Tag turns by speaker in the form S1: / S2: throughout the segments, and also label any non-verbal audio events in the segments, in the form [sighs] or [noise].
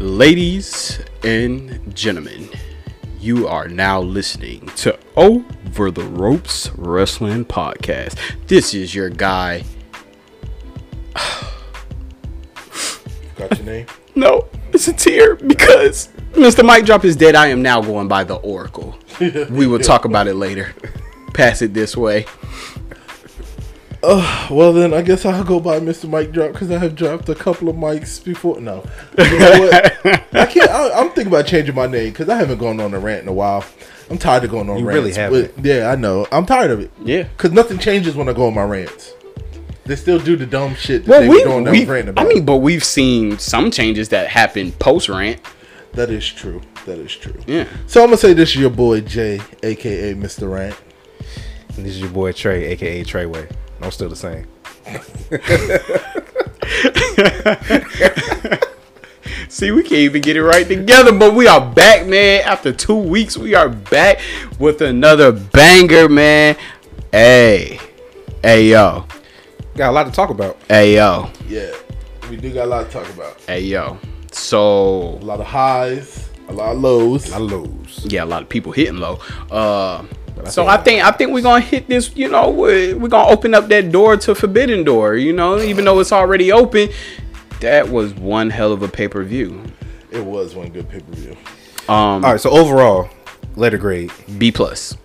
S1: Ladies and gentlemen, you are now listening to Over the Ropes Wrestling Podcast. This is your guy.
S2: Got your name?
S1: No, it's a tear because Mr. Mike Drop is dead. I am now going by the Oracle. We will talk about it later. Pass it this way.
S2: Well, then I guess I'll go by Mr. Mike Drop because I have dropped a couple of mics before. No, you know what? I can't. I, I'm thinking about changing my name because I haven't gone on a rant in a while. I'm tired of going on
S3: You
S2: rants.
S3: really
S2: but- yeah, I know. I'm tired of it.
S1: Yeah.
S2: because nothing changes when I go on my rants. They still do the dumb shit that
S1: Well,
S2: they
S1: we,
S2: were doing that
S1: we-
S2: rant
S1: I
S2: about.
S1: mean, but we've seen some changes that happen post rant.
S2: that is true. That is true.
S1: Yeah.
S2: So I'm gonna say this is your boy Jay, aka Mr. Rant.
S3: And this is your boy Trey, aka Treyway. I'm still the same.
S1: See, we can't even get it right together, but we are back, man. After two weeks, we are back with another banger, man. Hey, hey, yo,
S3: Got a lot to talk about.
S1: hey, yo,
S2: Yeah, we do got a lot to talk about.
S1: hey, yo. So,
S2: A lot of highs, a lot of lows.
S3: I lose.
S1: yeah, a lot of people hitting low. Uh, so I think I think we're gonna hit this. You know, we're, we're gonna open up that door to Forbidden Door. You know, even though it's already open, that was one hell of a pay per view.
S2: It was one good pay per view.
S1: Um,
S3: All right, so overall, letter grade.
S1: B plus.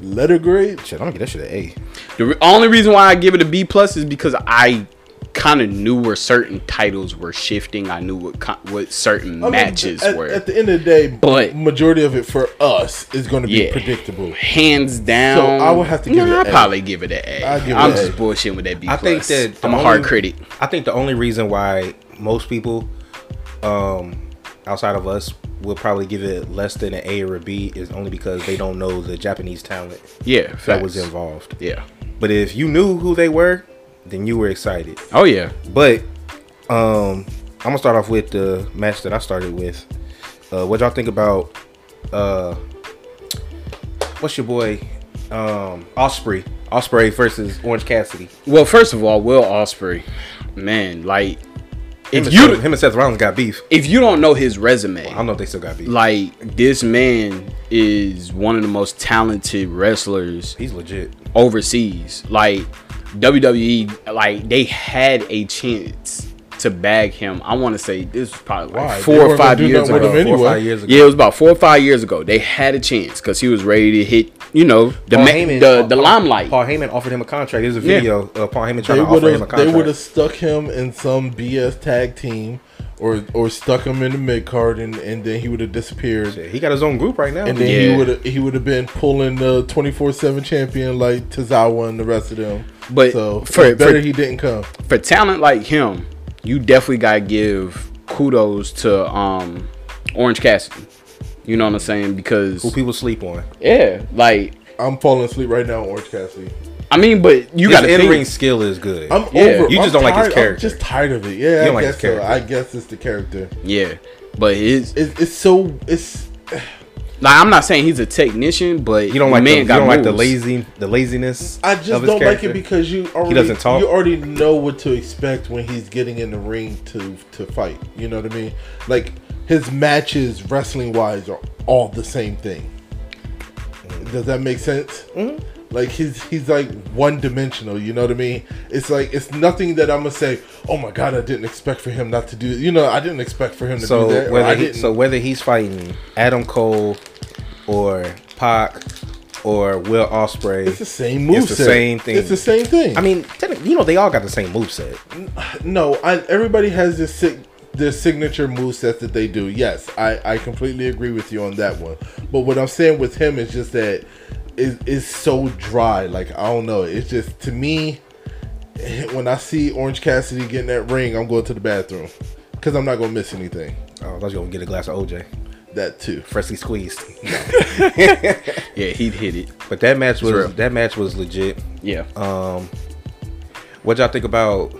S2: Letter grade.
S3: Shit, I'm gonna get that shit an A.
S1: The re- only reason why I give it a B plus is because I kind of knew where certain titles were shifting. I knew what co- what certain
S2: I mean,
S1: matches
S2: at,
S1: were.
S2: At the end of the day,
S1: But-
S2: majority of it for us is going to be
S1: Yeah.
S2: predictable.
S1: Hands down.
S2: I would have to give it
S1: nah,
S2: an
S1: I
S2: A.
S1: probably give it an A.
S2: I'd give it
S1: I'm
S2: an
S1: just
S2: A.
S1: bullshitting with that B
S3: I
S1: plus.
S3: think that the
S1: I'm a
S3: only-
S1: hard critic.
S3: I think the only reason why most people, um, outside of us, will probably give it less than an A or a B is only because they don't know the Japanese talent
S1: Yeah,
S3: that was
S1: facts.
S3: involved.
S1: Yeah.
S3: But if you knew who they were, then you were excited.
S1: Oh yeah.
S3: But um, I'm gonna start off with the match that I started with. Uh, what y'all think about? Uh, what's your boy? Um, Osprey. Osprey versus Orange Cassidy.
S1: Well, first of all, Will Osprey, man, like
S3: Him,
S1: if
S3: and,
S1: you
S3: Seth, him and Seth Rollins got beef.
S1: if you don't know his resume,
S3: I don't know if they still got beef.
S1: like this man is one of the most talented wrestlers
S3: He's legit.
S1: overseas. Like WWE, like they had a chance to bag him. I want to say this was probably like
S2: Why? They
S1: four or
S2: weren't
S1: five
S2: gonna do
S1: years
S2: nothing with
S1: ago.
S2: him
S3: Four or
S2: anyway.
S3: five years ago.
S1: Yeah, it was about four or five years ago. They had a chance because he was ready to hit, you know, the
S3: Paul
S1: ma-
S3: Heyman-
S1: the, the
S3: Paul-
S1: limelight.
S3: Paul Heyman offered him a contract. There's a
S1: Yeah.
S3: video of Paul
S2: They
S3: Heyman trying to offer him a
S2: would have. They would have
S3: contract.
S2: stuck him in some BS tag team, or or stuck him in the mid card, and, and then he would have disappeared.
S3: He got his own group right now.
S2: And then
S1: Yeah.
S2: he would have he would have been pulling the twenty four seven champion like Tazawa and the rest of them.
S1: But
S2: so
S1: for-
S2: it's better
S1: for-
S2: he didn't come.
S1: For talent like him, you definitely gotta give kudos to um Orange Cassidy. You know what I'm saying? Because
S3: who people sleep on.
S1: yeah, like
S2: I'm falling asleep right now, on Orange Cassidy.
S1: I mean, but you
S3: His
S1: gotta
S3: in
S1: think.
S3: ring skill is good.
S2: I'm
S1: Yeah,
S2: over.
S3: you just
S2: I'm
S3: don't like his
S2: tired-
S3: character.
S2: I'm just tired of it. Yeah,
S3: You don't
S2: I
S3: like his
S2: guess so.
S3: character.
S2: I guess it's the character.
S1: Yeah, but his
S2: It's, it's so it's
S1: Like I'm not saying he's a technician, but
S3: you don't like the,
S1: man
S3: you
S1: got
S3: don't like the
S1: moves.
S3: lazy the laziness.
S2: I just
S3: of
S2: don't
S3: his
S2: like it
S3: character.
S2: because you already
S3: doesn't talk.
S2: you already know what to expect when he's getting in the ring to to fight. You know what I mean? Like his matches wrestling wise are all the same thing. Does that make sense?
S3: Mm-hmm.
S2: Like he's he's like one dimensional, you know what I mean? It's like it's nothing that I'm gonna say. Oh my god, I didn't expect for him not to do. You know, I didn't expect for him to do that. or
S3: So
S2: I
S3: whether he,
S2: didn't.
S3: so whether he's fighting Adam Cole or Pac or Will Osprey,
S2: it's the same move.
S3: it's the same thing.
S2: It's the same thing.
S3: I mean, technically, you know, they all got the same moveset.
S2: No, I, everybody has this sig- their signature moveset that they do. Yes, I, I completely agree with you on that one. But what I'm saying with him is just that it, it's so dry. Like I don't know. It's just to me [laughs] when I see Orange Cassidy getting that ring, I'm going to the bathroom because I'm not gonna miss anything.
S3: Oh, I was gonna get a glass of OJ,
S2: That too.
S3: freshly squeezed.
S1: Yeah, he'd hit it.
S3: But that match was
S1: real.
S3: that match was legit.
S1: Yeah.
S3: What y'all think about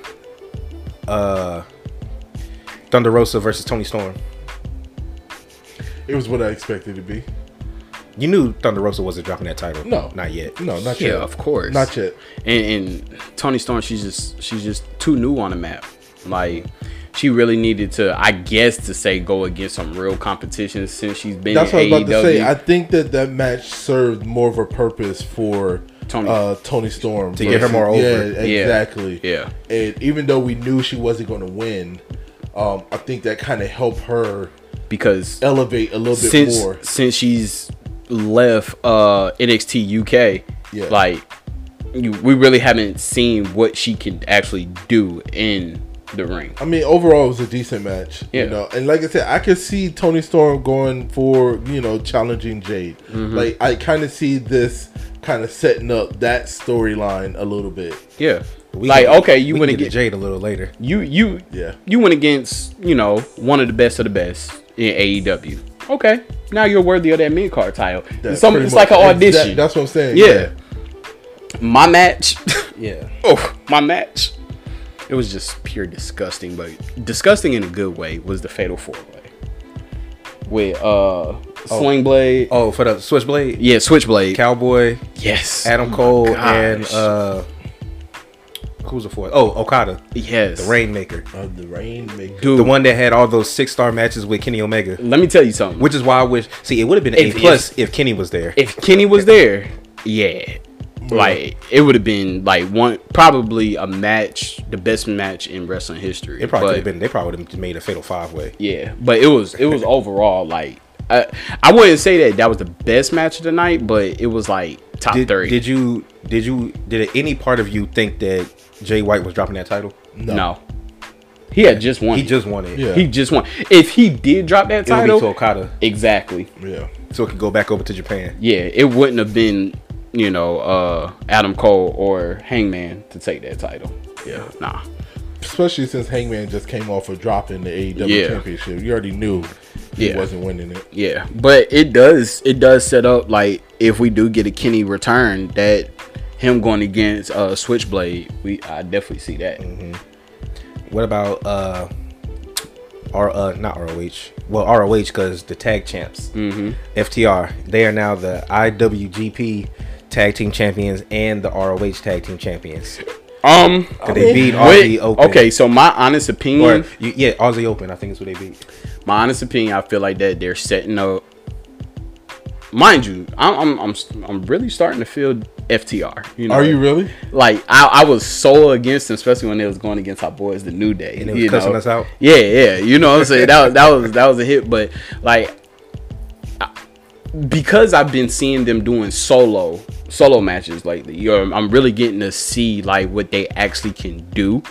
S3: uh Thunder Rosa versus Tony Storm?
S2: It was what I expected to be.
S3: You knew Thunder Rosa wasn't dropping that title.
S2: No,
S3: not yet.
S2: No, not
S1: yeah,
S2: yet.
S1: of course.
S2: Not yet.
S1: And, and Tony Storm, she's just she's just too new on the map. Like she really needed to, I guess, to say go against some real competition since she's been.
S2: That's what I
S1: in E
S2: was about to say.
S1: AEW.
S2: I think that that match served more of a purpose for
S1: Tony.
S2: Tony, uh, Tony Storm to
S3: get her more over.
S2: Yeah,
S1: Yeah.
S2: exactly.
S1: Yeah.
S2: And even though we knew she wasn't going to win, um, I think that kind of helped her
S1: because
S2: elevate a little bit
S1: since
S2: more.
S1: since she's left uh NXT UK,
S2: Yeah.
S1: like you, we really haven't seen what she can actually do in the ring.
S2: I mean, overall, it was a decent match.
S1: Yeah.
S2: You know, and like I said, I could see Tony Storm going for you know challenging Jade.
S1: Mm-hmm.
S2: Like I kind of see this kind of setting up that storyline a little bit.
S1: Yeah.
S3: We
S1: like
S3: can-
S1: okay, you
S3: we
S1: want to
S3: can
S1: get
S3: to Jade a little later.
S1: you you
S2: Yeah.
S1: you went against you know one of the best of the best in AEW. Okay, now you're worthy of that mid card title.
S2: That
S1: Some,
S2: pretty
S1: it's like
S2: much-
S1: an
S2: exact-
S1: audition.
S2: that's what I'm saying.
S1: yeah. My
S2: [laughs]
S1: match.
S3: Yeah.
S1: oh, my match. It was just pure disgusting, but disgusting in a good way was the fatal four way with uh
S2: Oh.
S1: Sling Blade.
S3: Oh, for the Switchblade,
S1: Yeah, Switchblade.
S3: Cowboy,
S1: yes,
S3: Adam Cole,
S1: Oh gosh.
S3: and uh, who's the fourth? Oh, Okada,
S1: yes,
S3: the Rainmaker,
S2: Of the Rainmaker.
S1: dude.
S3: the one that had all those six star matches with Kenny Omega.
S1: Let me tell you something.
S3: Which is why I wish. See, it would have been
S1: If-
S3: a plus if Kenny was there.
S1: if Kenny was there, yeah, like it would have been like one probably a match, the best match in wrestling history.
S3: It probably
S1: But-
S3: could have been. They probably would have made a fatal five way.
S1: Yeah, but it was it was overall like I I wouldn't say that that was the best match of the night, but it was like top
S3: Did,
S1: three.
S3: did you? Did you? Did any part of you think that Jay White was dropping that title?
S1: no. he had just won.
S3: He
S1: it.
S3: just won it.
S2: Yeah.
S1: he just won. If he did drop that
S3: It would be to
S1: title,
S3: Okada,
S1: exactly.
S2: Yeah.
S3: so it could go back over to Japan.
S1: Yeah, it wouldn't have been you know uh Adam Cole or Hangman to take that title. Yeah, nah.
S2: Especially since Hangman just came off of dropping the AEW
S1: Yeah.
S2: championship. You already knew he
S1: Yeah.
S2: wasn't winning it.
S1: Yeah, but it does it does set up like if we do get a Kenny return that him going against uh Switchblade, we I definitely see that.
S3: What about uh, R uh not ROH? Well, ROH because the tag champs, mm-hmm. FTR, they are now the IWGP tag team champions and the ROH tag team champions.
S1: Um,
S3: 'Cause they beat
S1: wait,
S3: Aussie Open.
S1: okay. So my honest
S3: Or
S1: opinion,
S3: you- yeah, Aussie Open. I think is what they beat.
S1: my honest opinion, I feel like that they're setting up. Mind you, I'm I'm I'm, I'm really starting to feel FTR. You know,
S2: Are you really?
S1: like I, I was so against them, especially when they was going against our boys, the New Day.
S3: And they was
S1: you
S3: cussing
S1: know?
S3: us out?
S1: Yeah, yeah. You know what I'm saying? that was that was that was a hit, but like I- because I've been seeing them doing solo solo matches lately, you're, I'm really getting to see like what they actually can do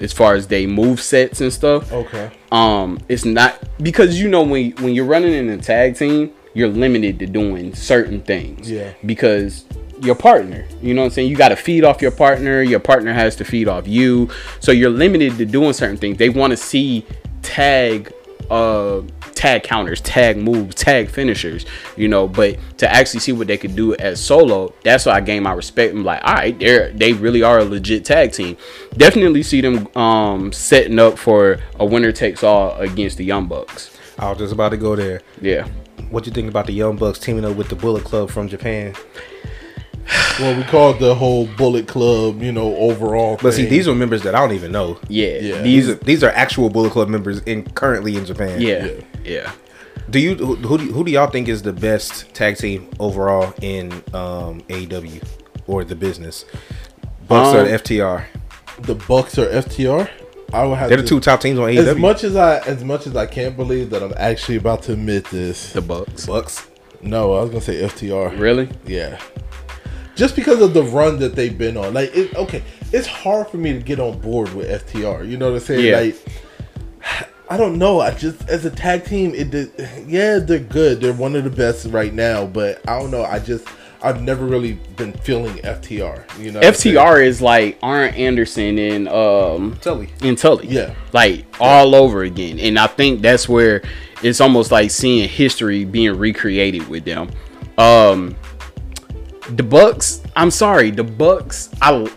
S1: as far as they move sets and stuff.
S3: Oh.
S2: Okay.
S1: Um, it's not because you know when when you're running in a tag team, you're limited to doing certain things.
S2: Yeah.
S1: Because your partner, you know what I'm saying? You got to feed off your partner. Your partner has to feed off you. So you're limited to doing certain things. They want to see tag, uh, tag counters, tag moves, tag finishers, you know. But to actually see what they could do as solo, that's why I gain my respect. I'm like, all right, they're they really are a legit tag team. Definitely see them um setting up for a winner takes all against the Young Bucks.
S3: I was just about to go there.
S1: Yeah.
S3: What you think about the Young Bucks teaming up with the Bullet Club from Japan?
S2: Well, we called the whole Bullet Club, you know, overall.
S3: But see,
S2: thing.
S3: these are members that I don't even know.
S1: Yeah.
S2: Yeah.
S1: These
S3: These are these are actual Bullet Club members in currently in Japan.
S1: yeah.
S2: Yeah.
S1: Yeah.
S3: Do you who who do, who do y'all think is the best tag team overall in um AEW or the business? Bucks
S1: Um,
S3: or FTR?
S2: the Bucks or FTR. I would have
S3: They're the
S2: to-
S3: two top teams on E AEW.
S2: As much as I, as much as I can't believe that I'm actually about to admit this.
S1: The Bucks.
S3: Bucks.
S2: No, I was gonna say FTR.
S1: Really?
S2: Yeah. Just because of the run that they've been on. Like, it, okay, it's hard for me to get on board with FTR. You know what I'm saying?
S1: Yeah.
S2: Like, I don't know. I just, as a tag team, it did, yeah, they're good. They're one of the best right now, but I don't know. I just, I've never really been feeling FTR. You know? what I'm saying?
S1: FTR is like Arn Anderson and um
S3: Tully.
S1: and Tully.
S2: Yeah.
S1: Like all over again. And I think that's where it's almost like seeing history being recreated with them. Um the Bucks, I'm sorry, the Bucks, I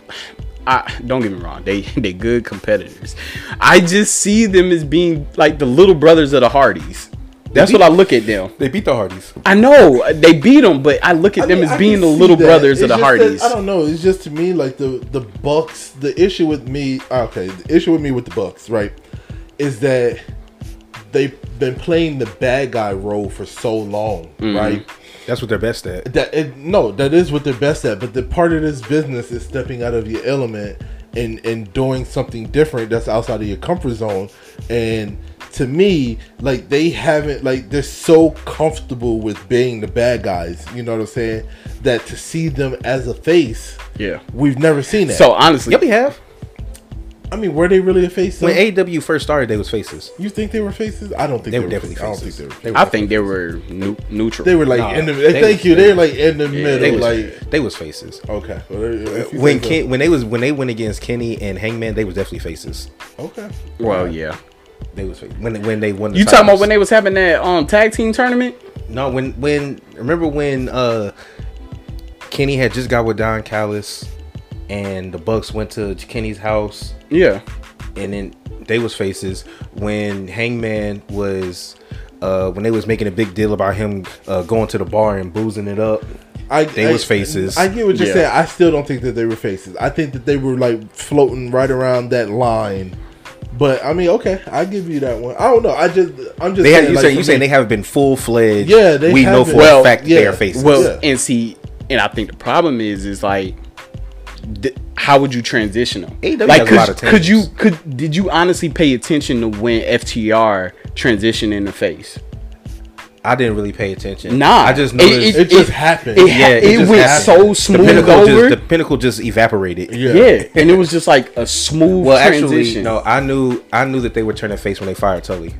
S1: I don't get me wrong, they [laughs] they good competitors. I just see them as being like the little brothers of the Hardys. That's what I look at them.
S3: They beat the Hardys.
S1: I know they beat them, but I look at
S2: I
S1: them
S2: mean,
S1: as
S2: I
S1: being
S2: can
S1: the
S2: see
S1: little
S2: that.
S1: brothers of
S2: It's
S1: the
S2: just
S1: Hardys.
S2: that- I don't know. It's just to ah, me like the the Bucks. The issue with me, okay, the issue with me with the Bucks, right, is that they've been playing the bad guy role for so long,
S1: Mm-hmm.
S2: right?
S3: That's what they're best at.
S2: That it, no, that is what they're best at. But the part of this business is stepping out of your element and and doing something different that's outside of your comfort zone. And to me, like they haven't like they're so comfortable with being the bad guys. You know what I'm saying? That to see them as a face,
S1: Yeah.
S2: we've never seen that.
S1: So honestly,
S3: Yeah, we have.
S2: I mean, were they really a face? though?
S3: When AEW first started, they was faces.
S2: you think they were faces? I don't think
S3: They
S2: they,
S3: were
S2: were
S3: definitely
S2: faces. I don't think
S3: faces.
S2: they were.
S3: They were,
S1: I think they were nu- neutral.
S2: They were like
S3: Nah,
S2: in the.
S3: they
S2: thank
S3: was-
S2: you.
S3: they
S2: They were like in the middle.
S3: they was,
S2: like
S3: they was faces.
S2: okay. Well, if you
S3: When
S2: think so.
S3: Ken, when they was when they went against Kenny and Hangman, they was definitely faces.
S2: Okay.
S1: well, yeah.
S3: They was fa- when when they won. The
S1: You talking about
S3: titles.
S1: when they was having that um tag team tournament?
S3: No, when when remember when uh Kenny had just got with Don Callis and the Bucks went to Kenny's house
S1: Yeah.
S3: and then they was faces when Hangman was uh when they was making a big deal about him uh going to the bar and boozing it up.
S2: I,
S3: They
S2: I-
S3: was faces.
S2: I get what you're
S1: Yeah.
S2: saying. I still don't think that they were faces. I think that they were like floating right around that line. But I mean, okay, I give you that one. I don't know. I just, I'm just.
S3: They had, you
S2: like,
S3: saying
S2: for
S3: you saying
S2: me-
S3: they haven't been full fledged.
S2: Yeah, they
S3: we know
S2: haven't.
S3: for a
S2: Well,
S3: fact that they
S2: yeah.
S3: are faces.
S1: Well,
S2: Yeah.
S1: and see, and I think the problem is, is like, th- how would you transition them?
S3: AEW
S1: like,
S3: has a
S1: could,
S3: lot of
S1: could you
S3: tangents.
S1: could did you honestly pay attention to when FTR transitioned in the face?
S3: I didn't really pay attention.
S1: Nah,
S3: I just
S1: It-
S3: noticed.
S2: It just happened.
S1: It, ha-
S3: yeah,
S1: it,
S3: just
S1: went
S3: happened.
S1: so
S3: The
S1: smooth
S3: pinnacle
S1: over.
S3: just the pinnacle just evaporated.
S2: Yeah.
S1: yeah. and it was just like a smooth
S3: Well, actually,
S1: transition.
S3: no. I knew I knew that they were turning face when they fired Tully.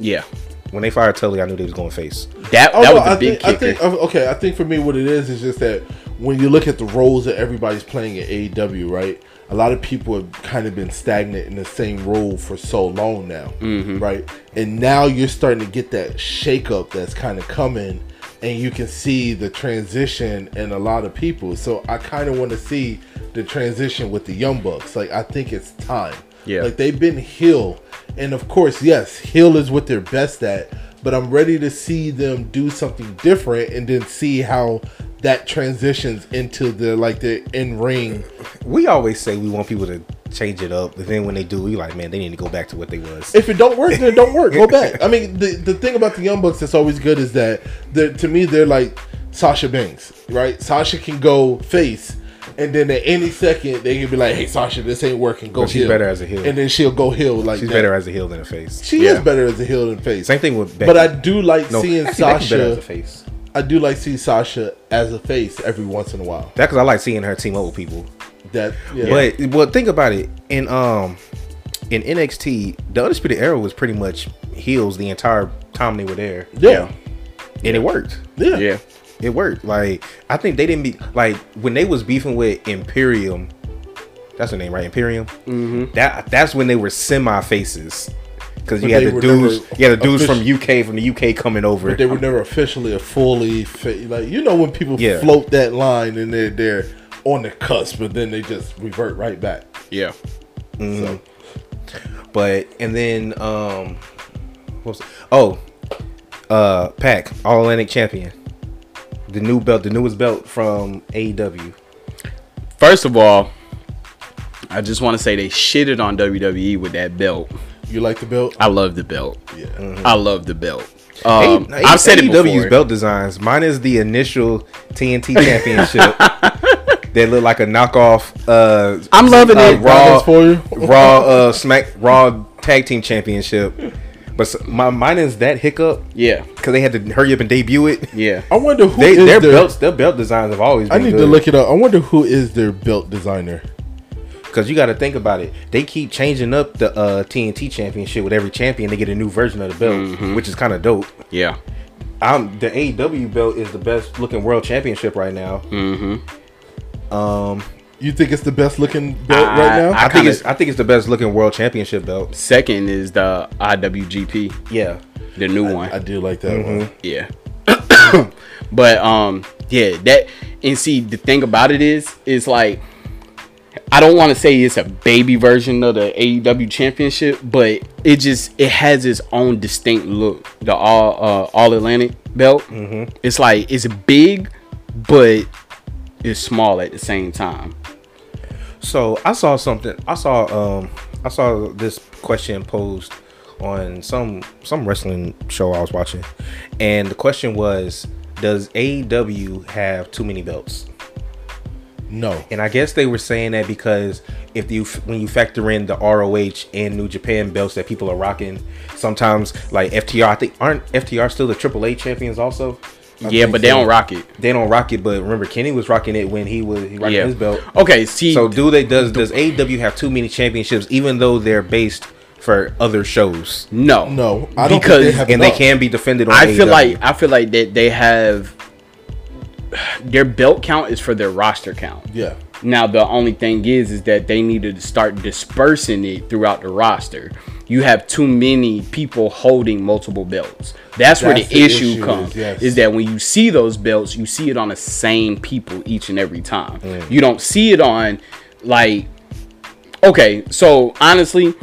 S1: Yeah,
S3: When they fired Tully, I knew they was going face.
S1: that
S2: Oh,
S1: that
S2: no,
S1: was the
S2: I
S1: big
S2: think, I
S1: kicker.
S2: think, oh, okay, I think for me, what it is is just that when you look at the roles that everybody's playing at AEW, right? A lot of people have kind of been stagnant in the same role for so long now,
S1: Mm-hmm.
S2: right? And now you're starting to get that shakeup that's kind of coming, and you can see the transition in a lot of people. So I kind of want to see the transition with the Young Bucks. Like I think it's time.
S1: Yeah.
S2: Like they've been heel. And of course, yes, heel is what they're best at, but I'm ready to see them do something different and then see how that transitions into the like the in ring.
S3: We always say we want people to change it up, but then when they do, we like, man, they need to go back to what they was.
S2: If it don't work, then it don't work. Go back. I mean, the, the thing about the Young Bucks that's always good is that they're, to me they're like Sasha Banks, right? Sasha can go face, and then at any second they can be like, "Hey, Sasha, this ain't working. Go."
S3: But she's
S2: heel."
S3: better as a heel.
S2: and then she'll go heel like
S3: She's
S2: that.
S3: better as a heel than a face.
S2: She
S1: Yeah.
S2: is better as a heel than face.
S3: Same thing with Becky.
S2: But I do like
S3: No, [laughs]
S2: seeing
S3: actually, Becky's better as a
S2: Sasha.
S3: face.
S2: I do like seeing Sasha as a face every once in a while.
S3: That because I like seeing her team up with people.
S2: That yeah.
S3: But well, think about it. In um, in NXT, the Undisputed Era was pretty much heels the entire time they were there,
S2: yeah,
S3: and it worked.
S2: oh, yeah,
S1: yeah,
S3: it worked. Like I think they didn't be like when they was beefing with Imperium. That's her name, right? Imperium. Mm-hmm. That that's when they were semi faces because you
S2: But
S3: had
S2: they
S3: the
S2: were
S3: dudes,
S2: never
S3: you had the dudes
S2: official-
S3: from UK from the UK coming over.
S2: But they were never officially a fully fa- like you know when people
S3: Yeah.
S2: float that line and they're they're on the cusp, but then they just revert right back.
S1: yeah.
S3: Mm-hmm.
S2: So
S3: But and then um, what was oh, uh, Pac All Atlantic Champion, the new belt, the newest belt from E AEW.
S1: First of all, I just want to say they shitted on WWE with that belt.
S2: you like the belt?
S1: I love the belt.
S2: yeah,
S1: I love the belt. Um,
S3: Mm-hmm. A-
S1: I've said it
S3: AEW's
S1: before.
S3: belt designs. Mine is the initial
S1: [laughs]
S3: TNT Championship. they look like a knockoff. Uh,
S1: I'm loving
S3: uh,
S1: it.
S3: Raw,
S2: Knockoffs for you?
S3: Raw, uh, Smack, Raw Tag Team Championship. But s- my mine is that hiccup
S1: Yeah,
S3: because they had to hurry up and debut it.
S1: yeah.
S2: I wonder who
S3: They,
S2: is
S3: their
S2: their
S3: belts, their belt designs have always.
S2: I
S3: Been
S2: need to look it up. I wonder who is their belt designer.
S3: because you got to think about it. They keep changing up the uh, TNT Championship with every champion. They get a new version of the belt,
S1: Mm-hmm.
S3: which is kind of dope.
S1: Yeah.
S3: I'm the AEW belt is the best looking world championship right now.
S2: You think it's the best looking belt right now?
S3: I,
S1: I
S3: think
S1: kinda-
S3: it's I think it's the best looking world championship belt.
S1: Second is the IWGP,
S3: Yeah.
S1: the new one.
S2: I do like that
S3: Mm-hmm.
S2: one.
S1: yeah. [coughs] but um yeah, that and see the thing about it is is like I don't want to say it's a baby version of the AEW championship, but it just it has its own distinct look. The all uh, all Atlantic belt.
S3: Mm-hmm.
S1: It's like it's big but it's small at the same time.
S3: So I saw something. I saw um I I saw this question posed on some some wrestling show I was watching, and the question was, "Does AEW have too many belts?"
S2: No.
S3: And I guess they were saying that because if you when you factor in the ROH and New Japan belts that people are rocking, sometimes like FTR, I think aren't FTR still the AAA champions also? I
S1: yeah,
S3: think
S1: but they
S3: so.
S1: don't rock it.
S3: They don't rock it, but remember Kenny was rocking it when he was he rocking
S1: Yeah.
S3: his belt.
S1: Okay, see,
S3: So do they does does AEW have too many championships even though they're based for other shows?
S1: no,
S2: No, I don't
S1: Because-
S2: think they have
S3: And they
S2: enough.
S3: can be defended on E
S1: I feel
S3: AEW.
S1: like I feel like that they have their belt count is for their roster count.
S2: Yeah.
S1: Now the only thing is is that they need to start dispersing it throughout the roster. You have too many people holding multiple belts. That's, where the,
S2: That's the
S1: issue,
S2: issue is,
S1: comes. Is,
S2: yes.
S1: that when you see those belts, you see it on the same people each and every time. You don't see it on like okay, so honestly,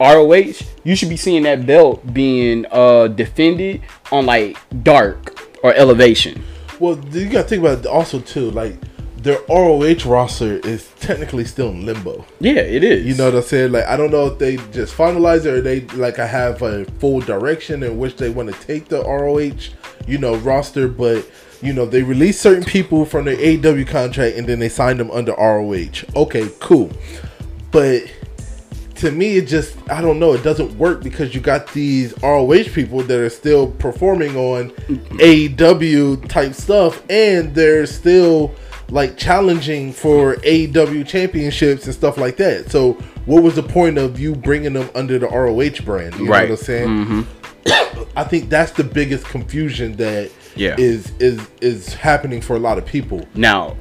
S1: ROH, you should be seeing that belt being uh defended on like dark or elevation.
S2: Well, you gotta think about it also too. Like their ROH roster is technically still in limbo.
S1: Yeah, it is.
S2: You know what I'm saying? Like I don't know if they just finalize it or they like I have a full direction in which they want to take the ROH, you know, roster, but you know, they release certain people from their AW contract and then they sign them under ROH. Okay, cool. But to me it just I don't know, it doesn't work because you got these ROH people that are still performing on AEW type stuff and they're still like challenging for AEW championships and stuff like that. So what was the point of you bringing them under the ROH brand? You
S1: Right. Mm-hmm.
S2: know what I'm saying? [coughs] I think that's the biggest confusion that
S1: Yeah.
S2: is is is happening for a lot of people.
S1: Now,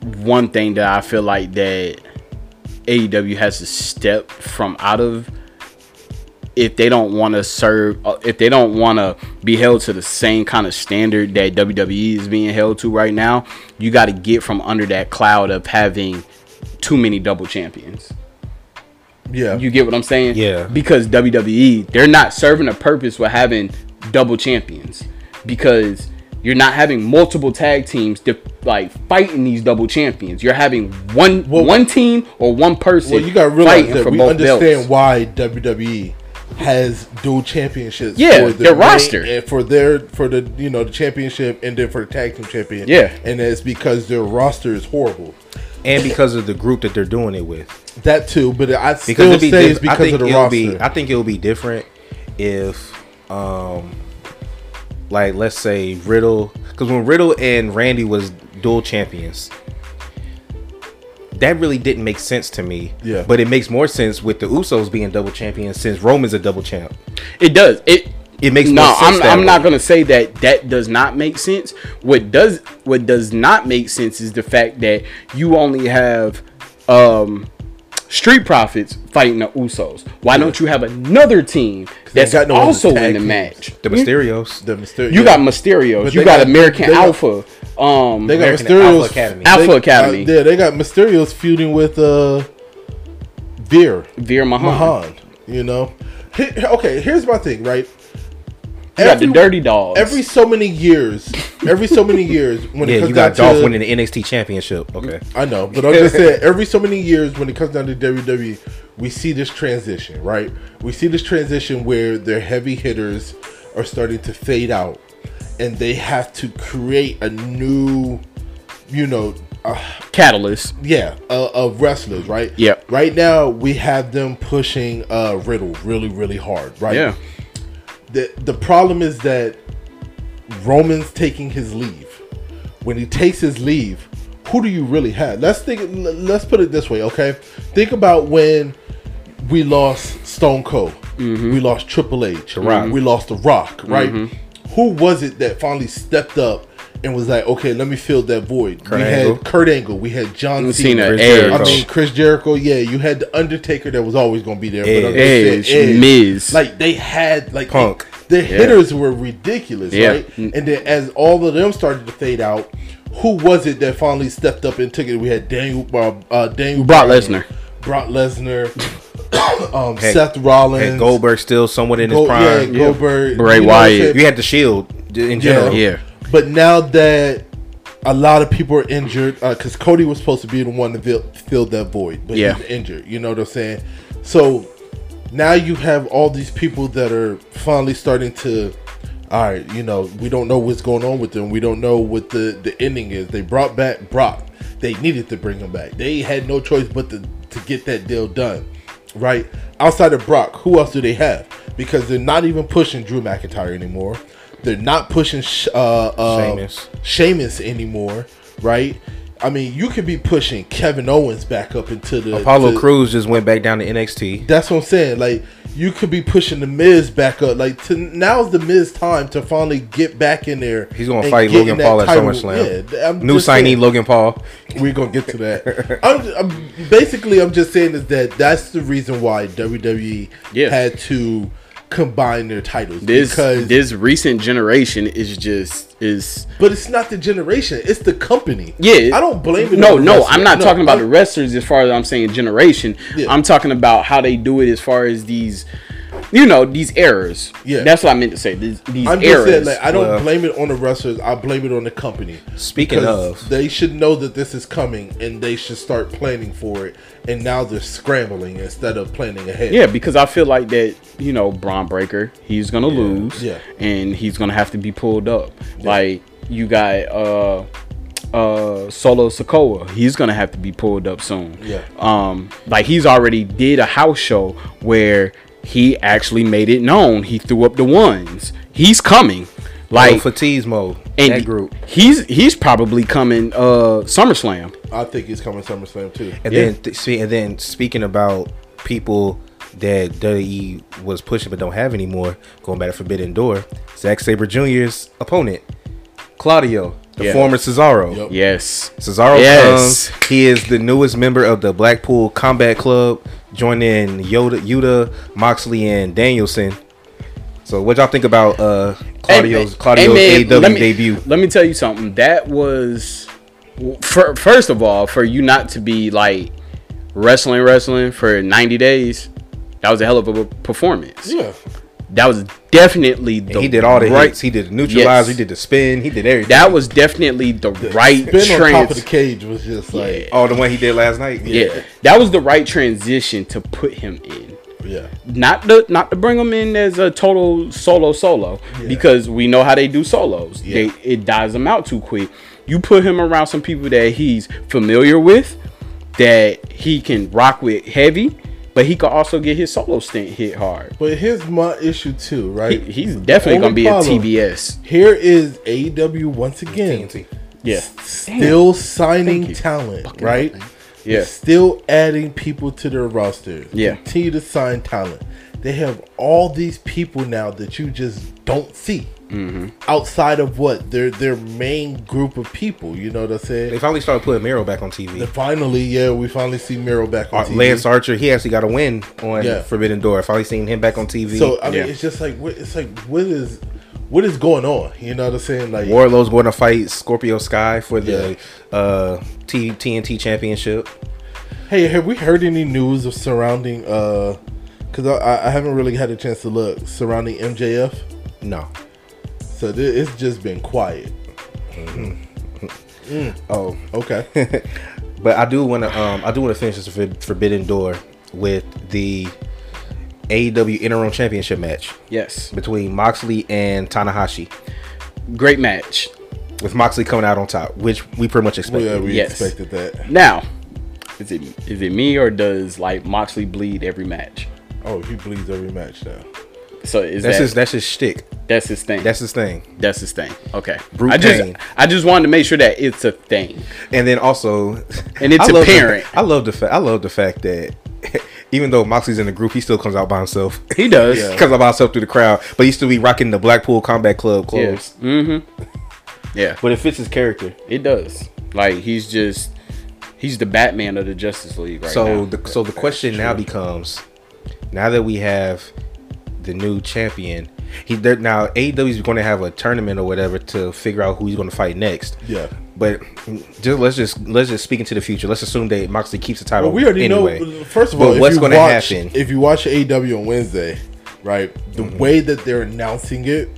S1: one thing that I feel like that AEW has to step from out of if they don't want to serve, uh, if they don't want to be held to the same kind of standard that WWE is being held to right now, you got to get from under that cloud of having too many double champions.
S2: Yeah.
S1: You get what I'm saying?
S3: Yeah.
S1: Because WWE, they're not serving a purpose with having double champions because you're not having multiple tag teams to like fighting these double champions. You're having one one team or one person.
S2: Well, you gotta realize
S1: fighting
S2: that
S1: for
S2: we
S1: both
S2: understand
S1: belts.
S2: why WWE has dual championships.
S1: Yeah, their
S2: main-
S1: roster.
S2: and for their for the you know the championship and then for the tag team champion.
S1: Yeah.
S2: and it's because their roster is horrible.
S3: and because of the group that they're doing it with.
S2: That too, but I
S3: because
S2: still
S3: it'd be
S2: say it's
S3: diff- I
S2: because
S3: think
S2: of the
S3: it'll
S2: roster.
S3: Be, I think it'll be different if, um, like let's say Riddle, because when Riddle and Randy was dual champions, that really didn't make sense to me.
S2: Yeah.
S3: but it makes more sense with the Usos being double champions since Roman's a double champ.
S1: It does. It
S3: It makes
S1: no.
S3: more sense
S1: I'm
S3: that
S1: I'm not
S3: way.
S1: gonna say that that does not make sense. What does what does not make sense is the fact that you only have um street profits fighting the Usos. Why don't you have another team that's
S2: got no other
S1: also in the
S2: tag teams.
S1: match?
S3: The Mysterios,
S2: the Mysterio.
S1: You got Mysterios.
S2: But
S1: You
S2: they
S1: got,
S2: got-
S1: American
S2: they got-
S1: Alpha. um,
S2: they got
S3: American
S2: Mysterios
S3: Alpha Academy.
S1: Alpha
S2: they- uh,
S1: Academy.
S2: yeah, they got Mysterio's feuding with uh, Veer.
S1: Veer Mahan.
S2: Mahan. You know, He- okay. Here's my thing, right?
S1: You got the
S2: Every-
S1: Dirty Dogs.
S2: every so many years, every so many years, when it
S3: yeah,
S2: comes
S3: you got
S2: down
S3: Dolph
S2: to,
S3: winning the NXT championship. Okay,
S2: I know, but I'm just saying, every so many years, when it comes down to WWE, we see this transition, right? We see this transition where their heavy hitters are starting to fade out, and they have to create a new, you know, uh,
S1: Catalyst.
S2: yeah, uh, of wrestlers, right?
S1: Yep.
S2: Right now, we have them pushing uh, Riddle really, really hard, right?
S1: Yeah.
S2: the the problem is that Roman's taking his leave. When he takes his leave, who do you really have? Let's think. l- Let's put it this way, okay? Think about when we lost Stone Cold, we lost Triple H,
S3: Rock.
S2: we lost The Rock, right? Who was it that finally stepped up? And was like, okay, let me fill that void. we
S3: Angle.
S2: had Kurt Angle, we had
S1: Cena,
S2: John Cena,
S1: Edge.
S2: I mean
S3: Jericho.
S2: Chris Jericho. Yeah, you had the Undertaker that was always going to be there. But I'm just
S1: Edge,
S2: saying,
S1: Miz.
S2: like they had like
S3: Punk.
S2: the hitters were ridiculous,
S1: Yeah.
S2: right? And then as all of them started to fade out, who was it that finally stepped up and took it? We had Daniel, uh, uh, Daniel
S1: Brock
S2: Bryan,
S1: Lesnar.
S2: Brock Lesnar, [coughs] um,
S3: Hey,
S2: Seth Rollins,
S3: and Goldberg still somewhat in his
S2: Go- yeah,
S3: prime.
S2: Goldberg,
S1: Bray
S2: you know what I'm
S1: Wyatt.
S2: saying?
S3: You had the Shield in general.
S1: Yeah.
S2: But now that a lot of people are injured because Cody was supposed to be the one to fill, fill that void, but
S1: Yeah.
S2: he's injured. You know what I'm saying? So now you have all these people that are finally starting to. All right, you know we don't know what's going on with them. We don't know what the the ending is. They brought back Brock. They needed to bring him back. They had no choice but to to get that deal done, right? Outside of Brock, who else do they have? Because they're not even pushing Drew McIntyre anymore. They're not pushing Sh- uh, uh,
S3: Sheamus.
S2: Sheamus anymore, right? I mean, you could be pushing Kevin Owens back up into the
S3: Apollo
S2: to-
S3: Cruz just went back down to NXT.
S2: That's what I'm saying. Like, you could be pushing the Miz back up. Like, to, now's the Miz time to finally get back in there.
S3: He's gonna
S2: and
S3: fight
S2: get
S3: Logan
S2: in that
S3: Paul at
S2: title.
S3: SummerSlam.
S2: Yeah, I'm
S3: New
S2: just
S3: signee
S2: saying.
S3: Logan Paul.
S2: We're gonna get to
S3: [laughs]
S2: that. I'm, I'm basically I'm just saying is that that's the reason why WWE
S1: Yeah.
S2: had to combine their titles
S1: This
S2: because
S1: this recent generation is just is
S2: But it's not the generation; it's the company.
S1: yeah.
S2: I don't blame it.
S1: No,
S2: on the
S1: no,
S2: wrestler.
S1: I'm not
S2: No,
S1: talking about
S2: I'm-
S1: the wrestlers as far as I'm saying generation.
S2: Yeah.
S1: I'm talking about how they do it as far as these, you know, these errors.
S2: Yeah.
S1: that's what I meant to say. These, these
S2: I'm just
S1: errors.
S2: saying, like, I don't
S3: Well-
S2: blame it on the wrestlers. I blame it on the company.
S3: Speaking
S2: Because
S3: of-
S2: they should know that this is coming, and they should start planning for it. And now they're scrambling instead of planning ahead.
S1: Yeah, because I feel like that, you know, Braun Breaker, he's gonna lose.
S2: Yeah.
S1: And he's gonna have to be pulled up. Like you got uh uh Solo Sokoa, he's gonna have to be pulled up soon.
S2: Yeah.
S1: Um like he's already did a house show where he actually made it known. He threw up the ones. He's coming.
S3: Like
S1: Like
S3: Fatismo.
S1: and
S3: That group.
S1: He's he's probably coming uh SummerSlam.
S2: I think he's coming SummerSlam too.
S3: And
S1: Yeah.
S3: then th- see, and then speaking about people that WWE was pushing but don't have anymore, going back to Forbidden Door, Zack Saber Jr.'s opponent, Claudio, the
S1: Yeah.
S3: former Cesaro.
S2: Yup.
S1: Yes.
S3: Cesaro
S1: Yes.
S3: comes. He is the newest member of the Blackpool Combat Club, joining Yoda, Yuta, Moxley, and Danielson. So, what y'all think about uh, Claudio's
S1: Hey,
S3: Claudio's
S1: hey, man,
S3: AEW
S1: let me-
S3: debut?
S1: Let me tell you something. That was for, first of all for you not to be like wrestling wrestling for 90 days. That was a hell of a performance.
S2: Yeah,
S1: That was definitely the
S3: He did all the
S1: right.
S3: hits. He did the
S1: Yes.
S3: neutralizer. He did the spin. He did everything.
S1: That was definitely the right
S2: been on top of
S1: trans.
S2: the cage was just like
S3: oh, the one he did last night.
S1: Yeah, that was the right transition to put him in.
S2: yeah.
S1: not to not to bring them in as a total solo solo because we know how they do solos.
S2: Yeah.
S1: They it dies them out too quick. You put him around some people that he's familiar with, that he can rock with heavy, but he could also get his solo stint hit hard.
S2: But here's my issue too,
S1: He-
S2: right?
S1: he's definitely gonna
S2: only
S1: be a
S2: problem-
S1: TBS.
S2: Here is AEW once again.
S3: TNT.
S1: Yeah,
S2: still signing
S1: you.
S2: talent, right?
S1: Yeah.
S2: Still adding people to their roster.
S1: Yeah.
S2: Continue to sign talent. They have all these people now that you just don't see
S1: Mm-hmm.
S2: outside of what their their main group of people. You know what I'm
S3: They
S2: saying?
S3: finally started putting Miro back on TV.
S2: And finally, yeah, we finally see Miro back on
S1: Uh,
S3: Ar-
S2: TV.
S3: Lance Archer, he actually got a win on
S2: Yeah.
S3: Forbidden Door. Finally seen him back on TV.
S2: so I mean,
S1: Yeah.
S2: it's just like what, it's like what is what is going on? You know what I'm saying? Like
S3: Warlow's going to fight Scorpio Sky for the uh, T- TNT Championship.
S2: Hey, have we heard any news of surrounding? uh Because I, I haven't really had a chance to look surrounding MJF.
S3: No.
S2: So thi- it's just been quiet.
S3: Oh, [laughs]
S2: Okay.
S3: but I do want to. Um, I do want to finish this Forb- Forbidden Door with the AEW Interim Championship match
S1: yes,
S3: between Moxley and Tanahashi,
S1: great match.
S3: with Moxley coming out on top, which we pretty much expected.
S2: yeah, we
S1: Yes.
S2: expected that.
S1: Now, is it is it me or does like Moxley bleed every match?
S2: Oh, he bleeds every match now.
S1: So is
S3: that's
S1: that
S3: his. That's his shtick.
S1: that's his thing?
S3: That's his thing.
S1: That's his thing. Okay.
S3: Brute
S1: I just
S3: pain.
S1: I just wanted to make sure that it's a thing.
S3: And then also,
S1: [laughs] And it's
S3: [laughs] I love the-
S1: apparent.
S3: I love the fact. I love the fact that [laughs] even though Moxley's in the group, he still comes out by himself. [laughs]
S1: He does.
S3: He comes out by himself through the crowd, but he still be rocking the Blackpool Combat Club clothes.
S1: Yes. Mm-hmm. Yeah.
S3: But it fits his character.
S1: It does. Like he's just he's the Batman of the Justice League right now.
S3: so the [laughs] so the question now becomes, now that we have the new champion, he they're- now AEW is going to have a tournament or whatever to figure out who he's going to fight next.
S2: Yeah.
S3: But just let's just let's just speak into the future. Let's assume that Moxley keeps the title.
S2: But we already
S3: anyway.
S2: know. First of
S3: But
S2: all,
S3: what's
S2: going
S3: gonna
S2: to
S3: happen? Mm-hmm.
S2: If you watch AEW on Wednesday, right, the way that they're announcing it,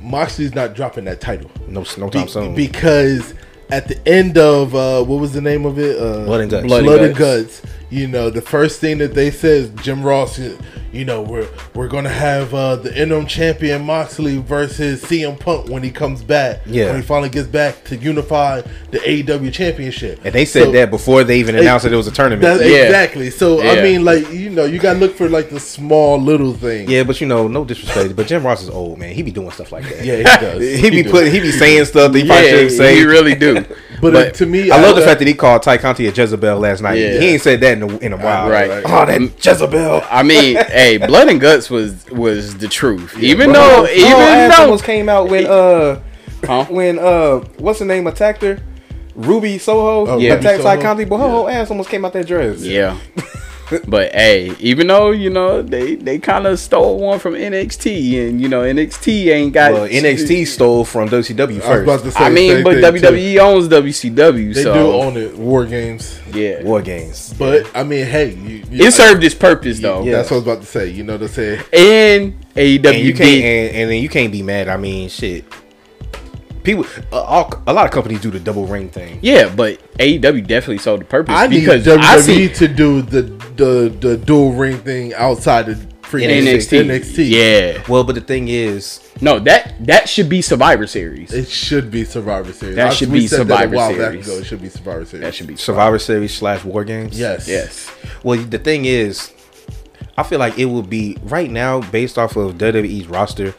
S2: Moxley's not dropping that title
S3: No, no
S2: Be-
S3: time soon.
S2: because at the end of uh, what was the name of it? Uh,
S3: Blood and Guts.
S2: Blood,
S1: Blood and
S2: and guts. You know, the first thing that they said is Jim Ross. uh, You know, we're we're gonna have uh, the interim champion Moxley versus CM Punk when he comes back.
S3: Yeah.
S2: when he finally gets back to unify the AEW championship.
S3: And they said
S2: So-
S3: that before they even announced that it was a tournament.
S2: That,
S1: Yeah.
S2: Exactly. So
S1: Yeah.
S2: I mean, like you know, you gotta look for like the small little thing.
S3: yeah, but you know, no disrespect, but Jim Ross is old man. He be doing stuff like that.
S2: yeah, he does.
S3: [laughs] he be
S2: does.
S3: putting, he be saying stuff that he probably
S1: yeah,
S3: shouldn't say.
S1: he really do.
S2: But, uh, to me,
S3: I love the
S2: don't-
S3: fact that he called Ty Conti a Jezebel last night.
S1: Yeah.
S3: He ain't said that in a, in a while.
S1: Right.
S3: Oh, that Jezebel.
S1: I mean, hey, blood and guts was was the truth. even
S3: Bro,
S1: though,
S3: Bro
S1: even
S3: ass
S1: though,
S3: almost came out when uh
S1: Huh?
S3: when uh what's the name attacked her, Ruby Soho
S2: Oh,
S1: Yeah.
S3: attacked
S2: Ruby
S3: Ty
S2: Soho?
S3: Conti, but her whole ass almost came out that dress.
S1: [laughs] yeah. but hey, even though you know they they kind of stole one from NXT, and you know NXT ain't got
S3: Well, NXT stole from WCW
S2: I was about
S3: first.
S2: to say
S1: I
S2: the
S1: mean,
S2: same
S1: but
S2: thing, too.
S1: WWE owns WCW,
S2: They
S1: so
S2: do own it. War games.
S1: yeah,
S3: War games.
S2: But I mean, hey, you, you,
S1: it served its purpose though.
S3: Yeah.
S2: That's what I was about to say. You know, they say
S1: And AEW
S3: And you can't
S1: did.
S3: and, and then you can't be mad. I mean, shit. People, uh, all, a lot of companies do the double ring thing.
S1: Yeah, but AEW definitely sold the purpose
S2: I need
S1: because
S2: WWE
S1: I see
S2: E to do the the the dual ring thing outside of free
S1: NXT.
S2: NXT.
S1: Yeah,
S3: Well, but the thing is,
S1: no that that should be Survivor Series.
S2: It should be Survivor Series.
S1: That
S2: I-
S1: should
S2: we
S1: be
S2: said
S1: Survivor
S2: that a while
S1: Series.
S2: Back ago. It should be Survivor Series.
S1: That should be
S3: Survivor Series slash War Games.
S2: Yes.
S1: yes.
S3: Well, the thing is, I feel like it would be right now based off of WWE's roster.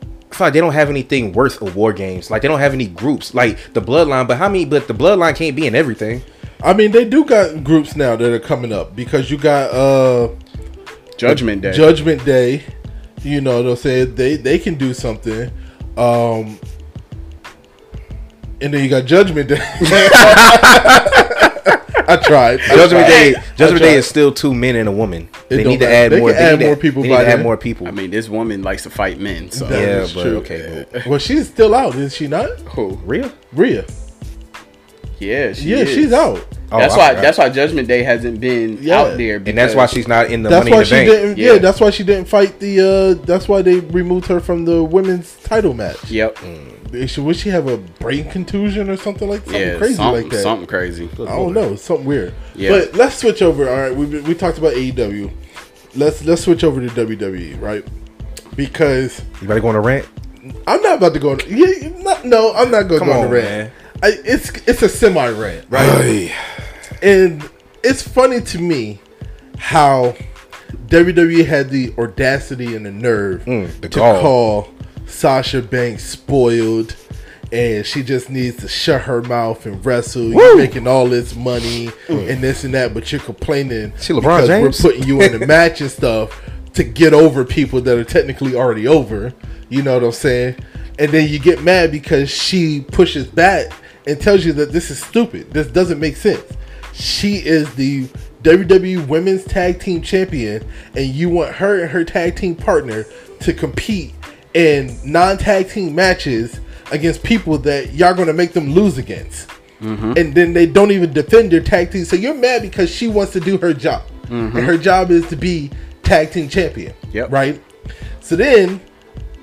S3: I feel like they don't have anything worth of war games. Like they don't have any groups. Like the bloodline, but how many? But the bloodline can't be in everything.
S2: I mean, they do got groups now that are coming up because you got uh
S1: Judgment Day.
S2: Judgment Day. You know, they'll say they they can do something. Um and then you got Judgment Day. [laughs] I tried. I
S3: Judgment
S2: tried.
S3: Day,
S2: I
S3: Judgment
S2: tried.
S3: Day is still two men and a woman.
S2: It
S3: They
S2: don't
S3: need to
S2: matter.
S3: add
S2: They
S3: more.
S2: can add
S3: need to-
S2: more people
S3: They need
S2: by
S3: to add
S2: then.
S3: more people.
S1: I mean, this woman likes to fight men. So
S2: That
S3: Yeah,
S2: is
S3: but okay,
S2: [laughs]
S3: but-
S2: Well, she's still out, is she not?
S1: who?
S3: Rhea.
S2: Rhea.
S1: Yeah, she
S2: Yeah,
S1: is.
S2: she's out.
S3: Oh,
S1: that's
S3: I
S1: why.
S3: forgot.
S1: That's why Judgment Day hasn't been
S2: Yeah.
S1: out there.
S3: and that's why she's not in the
S2: That's
S3: money
S2: why
S3: in the
S2: she
S3: bank.
S2: didn't. Yeah.
S1: Yeah.
S2: that's why she didn't fight the. uh That's why they removed her from the women's title match.
S1: Yep.
S2: Is She, would she have a brain contusion or something like something
S1: yeah.
S2: crazy
S1: something,
S2: like that?
S1: Something crazy.
S2: I don't know, something weird.
S1: Yeah.
S2: But let's switch over. All right, we we talked about AEW. Let's let's switch over to WWE, right? Because
S3: You better go on a rant.
S2: I'm not about to go. Yeah, you- not, no, I'm not going to
S3: Come
S2: go on,
S3: on,
S2: the
S3: man.
S2: rant. I, it's it's a semi rant, right? And it's funny to me how WWE had the audacity and the nerve
S3: Mm, the
S2: to
S3: gall.
S2: call Sasha Banks spoiled and she just needs to shut her mouth and wrestle. You're making all this money
S3: Mm.
S2: and this and that, but you're complaining
S3: She LeBron James.
S2: we're putting you in
S3: [laughs]
S2: the match and stuff to get over people that are technically already over. You know what I'm saying? And then you get mad because she pushes back and tells you that this is stupid. This doesn't make sense. She is the WWE Women's Tag Team Champion, and you want her and her tag team partner to compete in non tag team matches against people that y'all gonna make them lose against
S1: Mm-hmm.
S2: and then they don't even defend their tag team. So you're mad because she wants to do her job, and her job is to be tag team champion.
S1: Mm-hmm. Yep.
S2: Right. So then,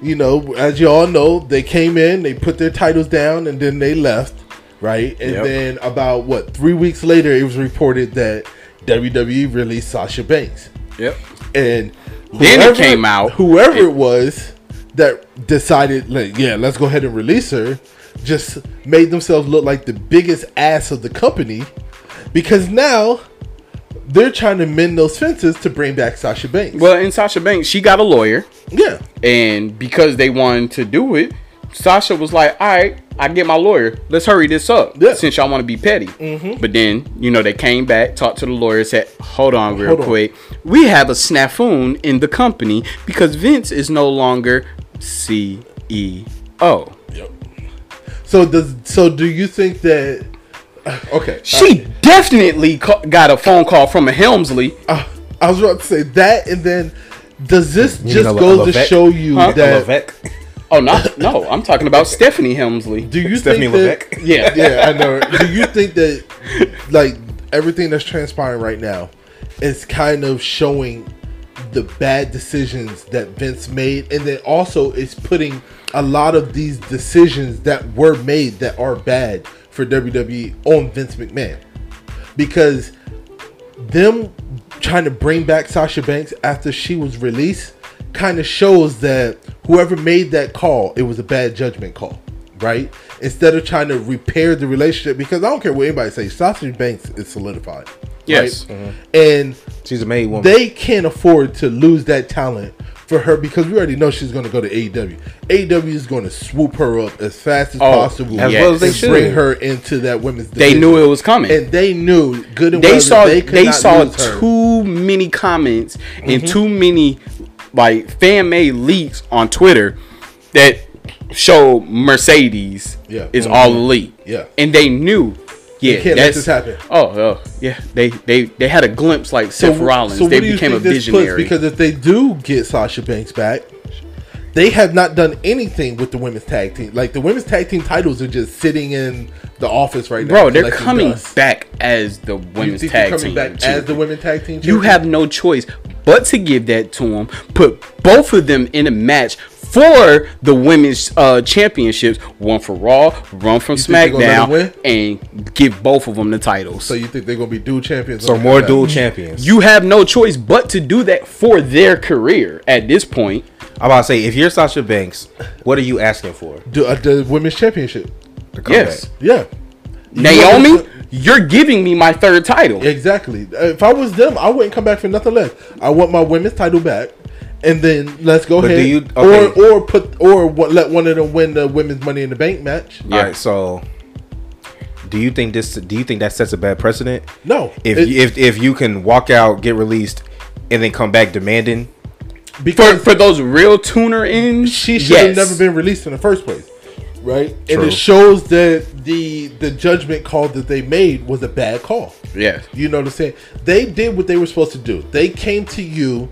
S2: you know, as you all know, they came in, they put their titles down, and then they left. Right. And
S1: Yep.
S2: then about what three weeks later, it was reported that WWE released Sasha Banks,
S1: Yep.
S2: and
S1: Then it came out-
S2: whoever it was that decided like yeah let's go ahead and release her just made themselves look like the biggest ass of the company because now they're trying to mend those fences to bring back Sasha Banks.
S1: Well, in Sasha Banks, she got a lawyer,
S2: yeah,
S1: and because they wanted to do it, Sasha was like, "All right, I get my lawyer. Let's hurry this up
S2: Yeah. Mm-hmm.
S1: since y'all want to be petty." But then, you know, they came back, talked to the lawyer, said, "Hold on, real
S2: Hold on.
S1: quick. We have a snafu in the company because Vince is no longer E CEO."
S2: so does so do you think that? uh, Okay,
S1: She Uh, definitely ca- got a phone call from a Helmsley.
S2: I, I was about to say that, and then does this
S3: mean
S2: just
S3: a Le-
S2: go to
S3: Levesque?
S2: show you
S1: Huh? A
S2: that?
S3: Levesque.
S1: Oh no, no, I'm talking
S2: [laughs]
S1: about Stephanie Helmsley.
S2: Do you
S3: Stephanie
S2: think that,
S3: Levesque.
S1: Yeah.
S2: yeah, I know. Do you think that like everything that's transpiring right now is kind of showing the bad decisions that Vince made, and then also it's putting a lot of these decisions that were made that are bad for WWE on Vince McMahon because them trying to bring back Sasha Banks after she was released kind of shows that whoever made that call, it was a bad judgment call, right? Instead of trying to repair the relationship, because I don't care what anybody says, Sasha Banks is solidified.
S1: Yes.
S2: right? And
S3: She's a made woman.
S2: they can't afford to lose that talent for her because we already know she's going to E go to AEW. AEW is going to swoop her up as fast as
S1: Oh,
S2: possible
S3: as
S1: yes.
S3: well as they
S2: and bring
S3: should.
S2: her into that women's.
S1: They
S2: division.
S1: knew it was coming.
S2: and they knew good and
S1: they
S2: well
S1: saw
S2: that
S1: they,
S2: they could not
S1: saw
S2: lose her. Mm-hmm.
S1: too many comments and too many like fan made leaks on Twitter that show Mercedes
S2: Yeah.
S1: is
S2: Mhm.
S1: all elite.
S2: Yeah.
S1: and they knew. Yeah,
S2: can't let
S1: that's-
S2: this happen.
S1: Oh, oh, yeah. They they they had a glimpse like
S2: So-
S1: Seth Rollins.
S2: so
S1: they
S2: what do you
S1: became a
S2: think this puts?
S1: visionary.
S2: Because if they do get Sasha Banks back, they have not done anything with the women's tag team. Like the women's tag team titles are just sitting in the office right now.
S1: Bro, they're
S2: collecting
S1: coming
S2: dust.
S1: back as the
S2: You
S1: women's
S2: think
S1: tag
S2: they're coming
S1: team.
S2: back as
S1: champion.
S2: the women's tag team.
S1: You
S2: champion?
S1: have no choice but to give that to them. Put both of them in a match for the women's uh, championships. One for Raw, one from
S2: they're gonna let them
S1: SmackDown, and give both of them the titles.
S2: So you think they're gonna be dual champions?
S3: so
S2: when they
S3: more
S2: come
S3: dual
S2: back?
S3: champions.
S1: you have no choice but to do that for their career at this point.
S3: I'm about to say, if you're Sasha Banks, what are you asking for?
S2: Du- uh, the women's championship.
S3: The comeback.
S1: Yes.
S2: Yeah,
S1: Naomi, you're giving me my third title.
S2: exactly. Uh, If I was them, I wouldn't come back for nothing less. I want my women's title back. And then let's go
S3: But do
S2: ahead,
S3: you- okay.
S2: or or put or what, let one of them win the women's Money in the Bank match.
S1: Yeah.
S3: All right. So, do you think this? Do you think that sets a bad precedent?
S2: No,
S3: If
S2: It-
S3: you, if if you can walk out, get released, and then come back demanding,
S1: For,
S2: because
S1: for those real tuner ins,
S2: she should have never been released in the first place, right? And
S3: True.
S2: it shows that the the judgment call that they made was a bad call.
S1: Yes.
S2: You know what I'm saying? They did what they were supposed to do. They came to you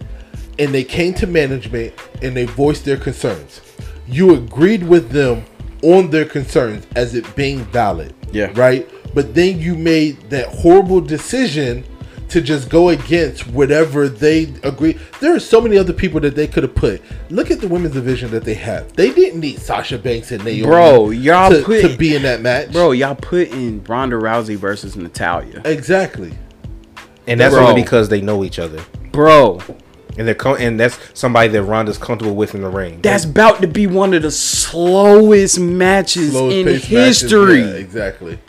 S2: and they came to management and they voiced their concerns. You agreed with them on their concerns as it being valid.
S1: Yeah.
S2: Right? But then you made that horrible decision to just go against whatever they agree. There are so many other people that they could have put. Look at the women's division that they have. They didn't need Sasha Banks and Naomi
S1: Bro, y'all
S2: to,
S1: put-
S2: to be in that match.
S1: Bro, y'all put in Ronda Rousey versus Natalia.
S2: Exactly.
S3: and that's
S1: Bro.
S3: only because they know each other,
S1: Bro,
S3: and they're com- and that's somebody that Ronda's comfortable with in the ring.
S1: That's about to be one of the slowest matches
S2: Slowest
S1: in
S2: paced matches.
S1: history.
S2: Yeah, exactly.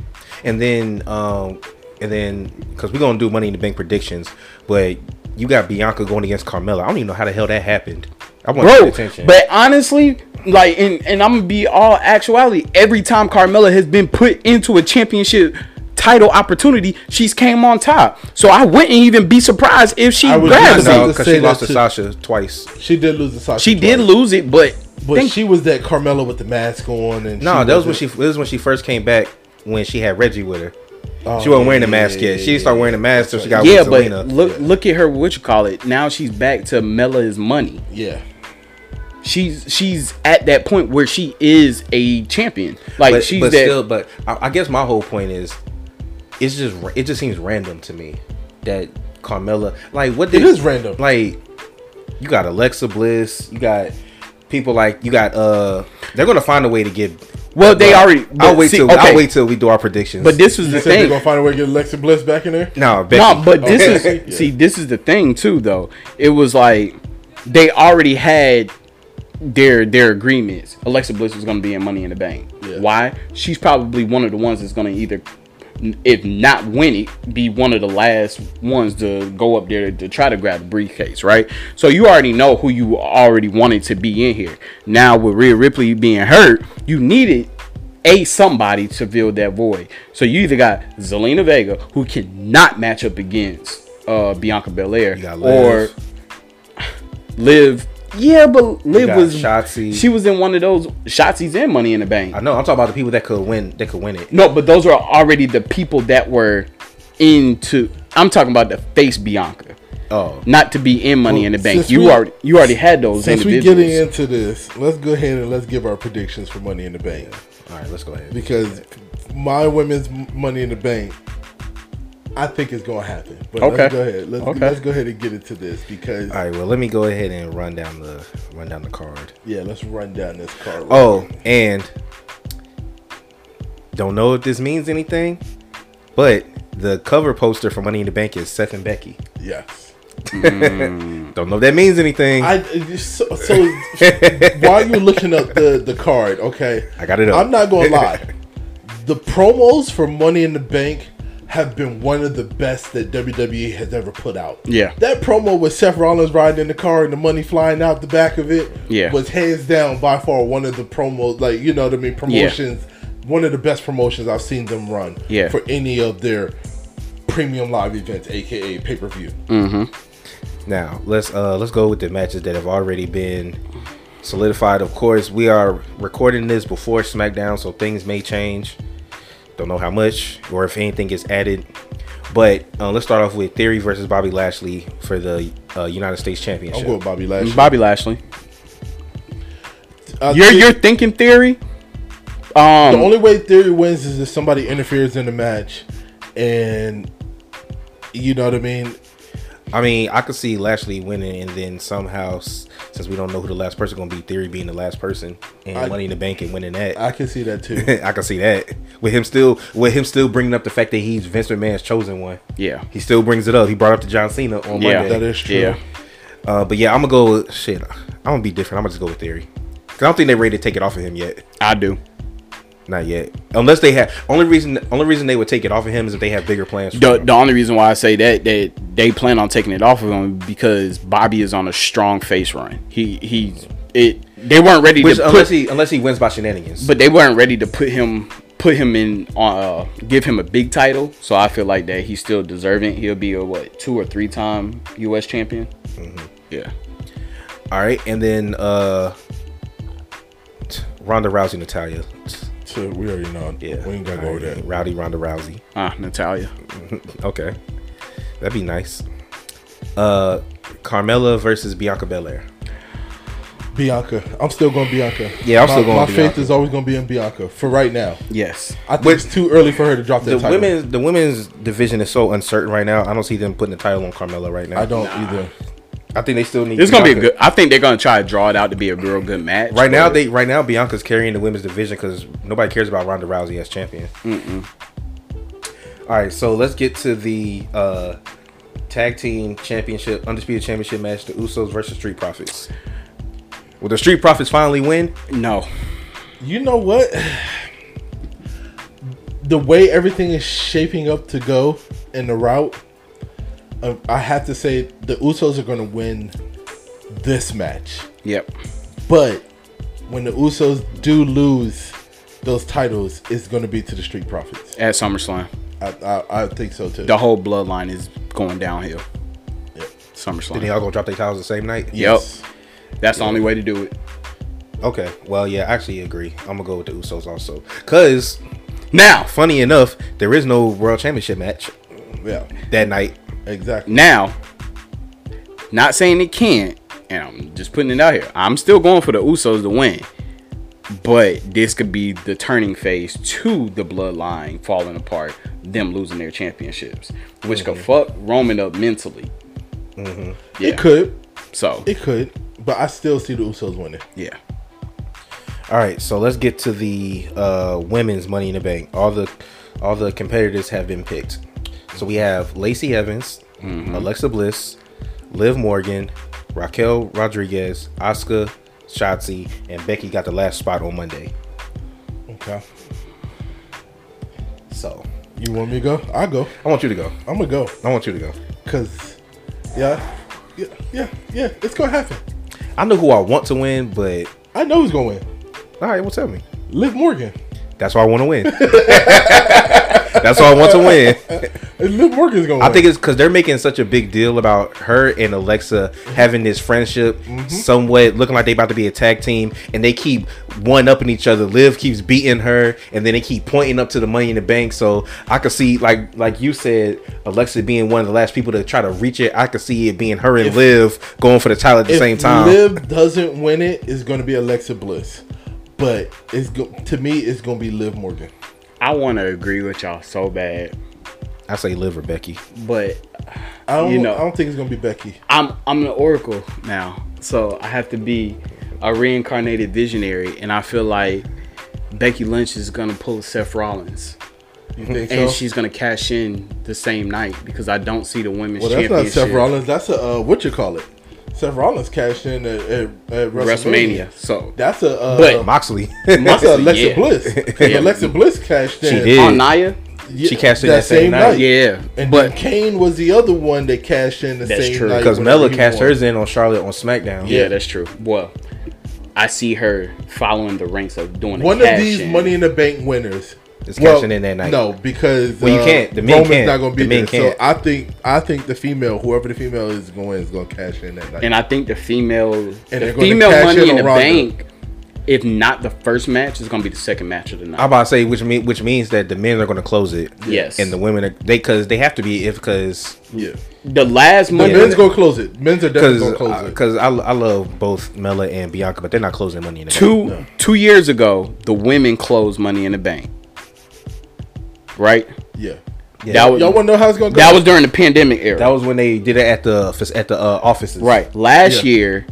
S3: and then um and then because we're gonna do Money in the Bank predictions, but you got Bianca going against Carmella. I don't even know how the hell that happened. I want to pay
S1: Bro,
S3: attention.
S1: but honestly, like and, and I'm gonna be all actuality. Every time Carmella has been put into a championship title opportunity, she's came on top. So I wouldn't even be surprised if she
S2: I was
S1: grabs
S2: just
S1: it.
S2: about
S3: no,
S2: to
S3: because
S2: say
S3: she lost
S2: that
S3: to
S2: too.
S3: Sasha twice.
S2: She did lose the Sasha.
S1: She did
S2: twice.
S1: lose it, but,
S2: but
S1: think-
S2: she was that Carmella with the mask on, and
S3: No,
S2: she
S3: that was when
S2: wasn't-
S3: she that was when she first came back when she had Reggie with her.
S2: Oh,
S3: she wasn't wearing a
S2: yeah,
S3: mask
S2: yeah,
S3: yet.
S2: yeah,
S3: She didn't start wearing a mask till she got
S1: yeah,
S3: with
S1: but
S3: Zelina.
S1: look look at her. What you call it? Now she's back to Mela is money.
S2: Yeah,
S1: She's she's at that point where she is a champion. Like
S3: but,
S1: she's
S3: but
S1: that.
S3: still, but I, I guess my whole point is, it's just ra- it just seems random to me that Carmella like what did,
S2: It is random.
S3: Like you got Alexa Bliss, you got people like you got uh they're gonna find a way to get.
S1: Well, they already-
S3: I'll
S1: but
S3: wait
S1: see,
S3: till
S1: okay.
S3: I'll wait till we do our predictions.
S1: but this was
S2: you
S1: the
S2: said they're
S1: thing.
S2: gonna find a way to get Alexa Bliss back in there.
S3: no,
S1: No,
S3: Becky. Oh,
S1: but this
S2: Okay.
S1: is see, this is the thing too, though. It was like they already had their their agreements. Alexa Bliss was going to be in Money in the Bank.
S2: Yeah.
S1: Why? She's probably one of the ones that's going to either, if not win it, be one of the last ones to go up there to try to grab the briefcase, right? So you already know who you already wanted to be in here. Now with Rhea Ripley being hurt, you needed a somebody to fill that void. So you either got Zelina Vega, who cannot match up against uh, Bianca Belair,
S3: You got
S1: or
S3: Liv.
S1: Liv. Yeah, but Liv
S3: got
S1: was
S3: Shotzi.
S1: She was in one of those Shotzi's in Money in the Bank.
S3: I know I'm talking about the people that could win. That could win it.
S1: No, but those are already the people that were into. I'm talking about the face Bianca,
S3: Oh,
S1: not to be in Money in the
S2: Well,
S1: Bank.
S2: since
S1: You
S2: we-
S1: already you already had those.
S2: Since we're
S1: individuals.
S2: getting into this, let's go ahead and let's give our predictions for Money in the Bank
S3: all right, let's go ahead.
S2: because my women's Money in the Bank, I think is gonna happen. But
S1: Okay.
S2: let's go ahead. Let's,
S1: Okay.
S2: let's go ahead and get into this because
S3: All right, well, let me go ahead and run down the run down the card.
S2: yeah, let's run down this card.
S3: Oh, and Oh, Don't know if this means anything, but the cover poster for Money in the Bank is Seth and Becky.
S2: Yes.
S3: Don't know if that means anything.
S2: I so, so while you're looking up the the card, okay.
S3: I got it up.
S2: I'm not gonna lie. The promos for Money in the Bank have been one of the best that WWE has ever put out.
S1: Yeah.
S2: That promo with Seth Rollins riding in the car and the money flying out the back of it
S1: Yeah.
S2: was hands down by far one of the promos like you know what I mean promotions one of the best promotions I've seen them run
S1: Yeah.
S2: for any of their premium live events, aka pay per view.
S3: Now let's uh let's go with the matches that have already been solidified. Of course, we are recording this before SmackDown, so things may change. Don't know how much or if anything gets added. But uh, let's start off with Theory versus Bobby Lashley for the uh, United States
S2: I'm
S3: Championship.
S2: going with Bobby Lashley.
S1: Bobby Lashley.
S2: I
S1: You're
S2: think-
S1: you're thinking theory.
S2: The
S1: Um,
S2: only way Theory wins is if somebody interferes in the match, and you know what I mean.
S3: I mean, I could see Lashley winning, and then somehow, s- since we don't know who the last person going to be, Theory being the last person and
S2: I-
S3: Money in the Bank and winning that.
S2: I can see that too.
S3: [laughs] I can see that with him still with him still bringing up the fact that he's Vince McMahon's chosen one.
S1: yeah,
S3: He still brings it up. He brought up to John Cena on
S1: yeah,
S2: that
S3: Monday.
S2: is true.
S1: Yeah,
S3: Uh, but yeah, I'm gonna go. With, shit, I'm gonna be different. I'm gonna just go with Theory. 'Cause I don't think they're ready to take it off of him yet.
S1: I do.
S3: Not yet. Unless they have only reason only reason they would take it off of him is if they have bigger plans. For
S1: The,
S3: him.
S1: the only reason why I say that that they plan on taking it off of him because Bobby is on a strong face run. He he's it. They weren't ready
S3: Which,
S1: to put,
S3: unless he unless he wins by shenanigans.
S1: but they weren't ready to put him put him in uh give him a big title. So I feel like that he's still deserving. He'll be a what two or three time U.S. champion.
S3: Mm-hmm.
S1: Yeah,
S3: All right, and then uh, t- Ronda Rousey, Natalia.
S2: So we already know.
S3: Yeah,
S2: we ain't gotta
S3: All
S2: go with
S3: right,
S2: that.
S3: Rowdy Ronda Rousey.
S1: ah, Natalia.
S3: Okay, that'd be nice. Uh, Carmella versus Bianca Belair.
S2: Bianca, I'm still going Bianca.
S3: Yeah, I'm
S2: my,
S3: still going
S2: My faith
S3: Bianca.
S2: is always going to be in Bianca for right now.
S1: Yes,
S2: I think it's too early for her to drop that
S3: The
S2: title.
S3: women's the women's division is so uncertain right now. I don't see them putting the title on Carmella right now.
S2: I don't either.
S3: I think they still need.
S1: it's gonna be a
S3: Bianca.
S1: good. I think they're gonna try to draw it out to be a real good match.
S3: Right now,
S1: but-
S3: they right now Bianca's carrying the women's division because nobody cares about Ronda Rousey as champion. All right, so let's get to the uh, tag team championship, undisputed championship match: the Usos versus Street Profits. Will the Street Profits finally win?
S1: no.
S2: You know what? The way everything is shaping up to go in the route, uh, I have to say the Usos are going to win this match.
S1: Yep.
S2: But when the Usos do lose those titles, it's going to be to the Street Profits.
S1: At SummerSlam,
S2: I, I, I think so too.
S1: the whole bloodline is going downhill.
S2: Yep.
S1: SummerSlam.
S3: Then they all gonna drop their titles the same night.
S1: Yep. That's the only way to do it.
S3: Okay. Well, yeah, I actually agree. I'm gonna go with the Usos also, because
S1: Now,
S3: funny enough, there is no World Championship match
S2: Yeah,
S3: that night.
S2: exactly.
S1: now, not saying it can't, and I'm just putting it out here. I'm still going for the Usos to win, but this could be the turning phase to the bloodline falling apart, them losing their championships, which could fuck Roman up mentally. Yeah.
S2: It could,
S1: So,
S2: it could, but I still see the Usos winning.
S1: yeah.
S3: All right, so let's get to the uh, women's Money in the Bank. All the all the competitors have been picked. So we have Lacey Evans, Alexa Bliss, Liv Morgan, Raquel Rodriguez, Asuka, Shotzi, and Becky got the last spot on Monday.
S2: Okay,
S3: So
S2: you want me to go? I go.
S3: I want you to go.
S2: I'm gonna go,
S3: I want you to go.
S2: cause, yeah, yeah, yeah, yeah. It's gonna happen.
S3: I know who I want to win, but
S2: I know who's gonna win.
S3: all right, well tell me.
S2: Liv Morgan.
S3: That's why I want to win. [laughs] That's why I want to win.
S2: And Liv Morgan's gonna.
S3: I
S2: win.
S3: think it's because they're making such a big deal about her and Alexa having this friendship,
S2: Mm-hmm.
S3: somewhat looking like they about to be a tag team, and they keep one upping each other. Liv keeps beating her, and then they keep pointing up to the money in the bank. So I could see, like like you said, Alexa being one of the last people to try to reach it. I could see it being her and Liv going for the title at the
S2: if
S3: same time.
S2: Liv doesn't win it, it's gonna be Alexa Bliss. But it's go- to me, it's gonna be Liv Morgan.
S1: I want to agree with y'all so bad,
S3: I say Liv or Becky.
S1: but
S2: I don't.
S1: You know.
S2: I don't think it's gonna be Becky.
S1: I'm I'm an oracle now, so I have to be a reincarnated visionary, and I feel like Becky Lynch is gonna pull Seth Rollins,
S2: You think
S1: and
S2: so?
S1: she's gonna cash in the same night because I don't see the women's
S2: well, that's not
S1: championship
S2: Seth Rollins. That's a uh, what you call it. Seth Rollins cashed in at, at, at WrestleMania.
S1: WrestleMania. So
S2: That's a uh,
S1: But-
S3: Moxley.
S2: that's
S3: [laughs]
S2: a Alexa
S1: yeah.
S2: Bliss.
S1: [laughs]
S2: 'Cause
S1: Yeah.
S2: Alexa Bliss cashed in.
S3: She did.
S1: on Nia,
S2: Yeah,
S3: She cashed in that same night.
S1: yeah,
S2: And
S1: but
S2: but Kane was the other one that cashed in the
S1: That's
S2: same
S1: true.
S2: night.
S3: Because
S2: whenever
S3: Mella
S2: he
S3: cast
S2: won.
S3: hers in on Charlotte on SmackDown.
S1: yeah,
S2: Yeah.
S1: that's true. Well, I see her following the ranks of doing a
S2: One of
S1: cash
S2: these
S1: in.
S2: Money in the Bank winners
S3: Is cashing in that night.
S2: No, because uh,
S3: Well, you can't. The men
S2: Roman's
S3: can't.
S2: not going to be
S3: The men
S2: there.
S3: can't.
S2: So I think I think the female, whoever the female is going, is going to cash in that night.
S1: and I think the female,
S2: And
S1: the
S2: they're gonna
S1: female
S2: cash
S1: money
S2: in
S1: in
S2: on
S1: the
S2: Ronda.
S1: bank, if not the first match, is gonna be the second match of the night.
S3: I'm about to say which mean which means that the men are going to close it.
S1: Yes.
S3: And the women are they because they have to be if because
S2: yeah,
S1: the last
S2: the
S1: money,
S2: men's going to close it. Men's are definitely going
S3: because
S2: to close it.
S3: because uh, I, I love both Mella and Bianca, but they're not closing money in the Bank.
S1: two two years ago, the women closed money in the bank, right?
S2: Yeah.
S3: Yeah.
S1: That was
S2: Y'all want to know how it's going to go?
S1: that was during the pandemic era,
S3: That was when they did it at the f- at the uh, offices.
S1: right? Last
S2: Yeah.
S1: year,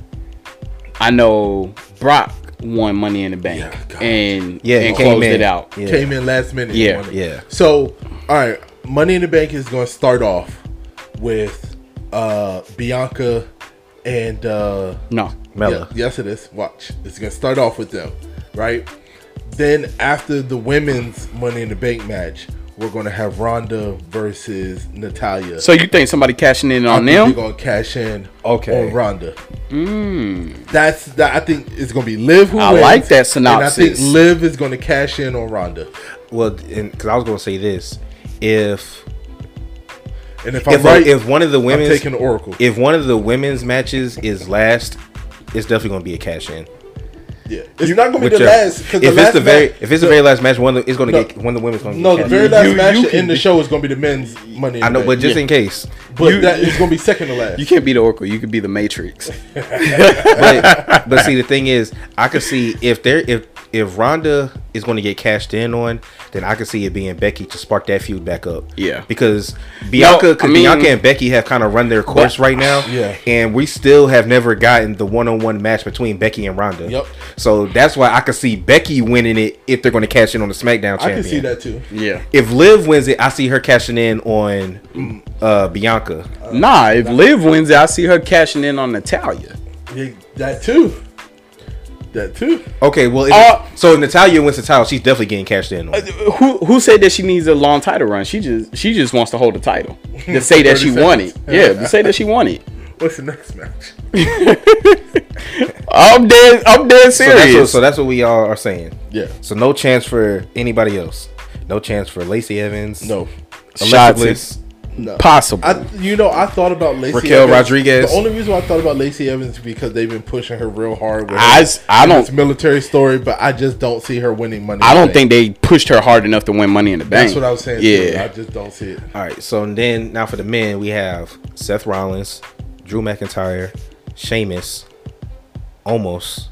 S1: I know Brock won money in the bank
S2: Yeah, God.
S1: and
S3: Yeah,
S1: and
S3: it came
S1: closed
S3: in.
S1: it out.
S3: Yeah.
S2: came in last minute. and
S1: Yeah,
S2: won it.
S3: yeah.
S2: So, all right, Money in the Bank is going to start off with uh Bianca and uh
S1: No,
S3: Mella.
S2: yeah, yes, it is. Watch, it's going to start off with them, right? Then after the women's Money in the Bank match, we're going to have Ronda versus Natalia.
S1: so you think somebody cashing in on
S2: We're
S1: them?
S2: gonna cash in
S3: Okay. Mm.
S2: on Ronda. That's that. I think it's gonna be Liv who
S1: I
S2: wins,
S1: like that
S2: and I
S1: synopsis.
S2: think Liv is gonna cash in on Ronda.
S3: Well, because I was going to say this, if
S2: And if I'm
S3: if, uh,
S2: right,
S3: if one of the
S2: I'm
S3: women's
S2: taking the Oracle.
S3: if one of the women's matches is last, it's definitely going to be a cash in.
S2: Yeah, it's not gonna be the
S3: Whichever.
S2: last.
S3: If
S2: 'cause
S3: it's
S2: last
S3: the very
S2: match-
S3: if it's the very last match, one of the, it's going to
S2: No.
S3: get one of the women's going to
S2: no, the
S3: get cashed
S2: very
S3: in.
S2: last
S1: You-
S2: match
S1: you
S2: to
S1: can
S2: end the
S1: be-
S2: show is gonna be the men's money. in
S3: I
S2: the
S3: know,
S2: Bank.
S3: but just
S1: Yeah.
S3: in case,
S2: but
S1: you-
S2: that is gonna be second to last.
S1: You can't be the Oracle. You could be the Matrix.
S3: but but see the thing is, I could see if there if if Ronda is going to get cashed in on, then I could see it being Becky to spark that feud back up.
S1: Yeah.
S3: because Bianca,
S1: No, I
S3: because
S1: mean-
S3: Bianca and Becky have kind of run their course right now.
S2: [sighs] Yeah.
S3: and we still have never gotten the one on one match between Becky and Ronda.
S2: Yep.
S3: So that's why I could see Becky winning it if they're going to cash in on the SmackDown champion.
S2: I can see that too.
S1: Yeah.
S3: If Liv wins it, I see her cashing in
S2: Mm.
S3: on uh, Bianca.
S1: Nah, if Liv wins, it, I see her cashing in on Natalia.
S2: Yeah, that too. That too.
S3: Okay, well, if,
S1: Uh,
S3: so if Natalia wins the title, she's definitely getting cashed in on.
S1: Who who said that she needs a long title run? She just she just wants to hold the title to say that
S3: [laughs]
S1: she
S2: 30
S1: won it.
S2: seconds.
S1: Yeah, to say that she won it.
S2: What's the next match?
S1: I'm dead. I'm dead
S3: So that's, what,
S1: serious.
S3: so that's what we all are saying.
S2: Yeah.
S3: So no chance for anybody else. No chance for Lacey Evans.
S2: No.
S3: Alexa
S1: Shots
S3: Bliss.
S2: No.
S1: Possible.
S2: I, you know, I thought about Lacey
S3: Raquel
S2: Evans.
S3: Rodriguez.
S2: The only reason why I thought about Lacey Evans is because they've been pushing her real hard with
S1: I
S2: her-
S1: s- I
S2: with
S1: don't-
S2: this military story, but I just don't see her winning money.
S1: I
S2: in the
S1: don't
S2: Bank.
S1: think they pushed her hard enough to win Money in the Bank.
S2: that's what I was saying. too.
S1: Yeah.
S2: I just don't see it.
S3: All right. So then now for the men, we have Seth Rollins, Drew McIntyre, Sheamus, Almost,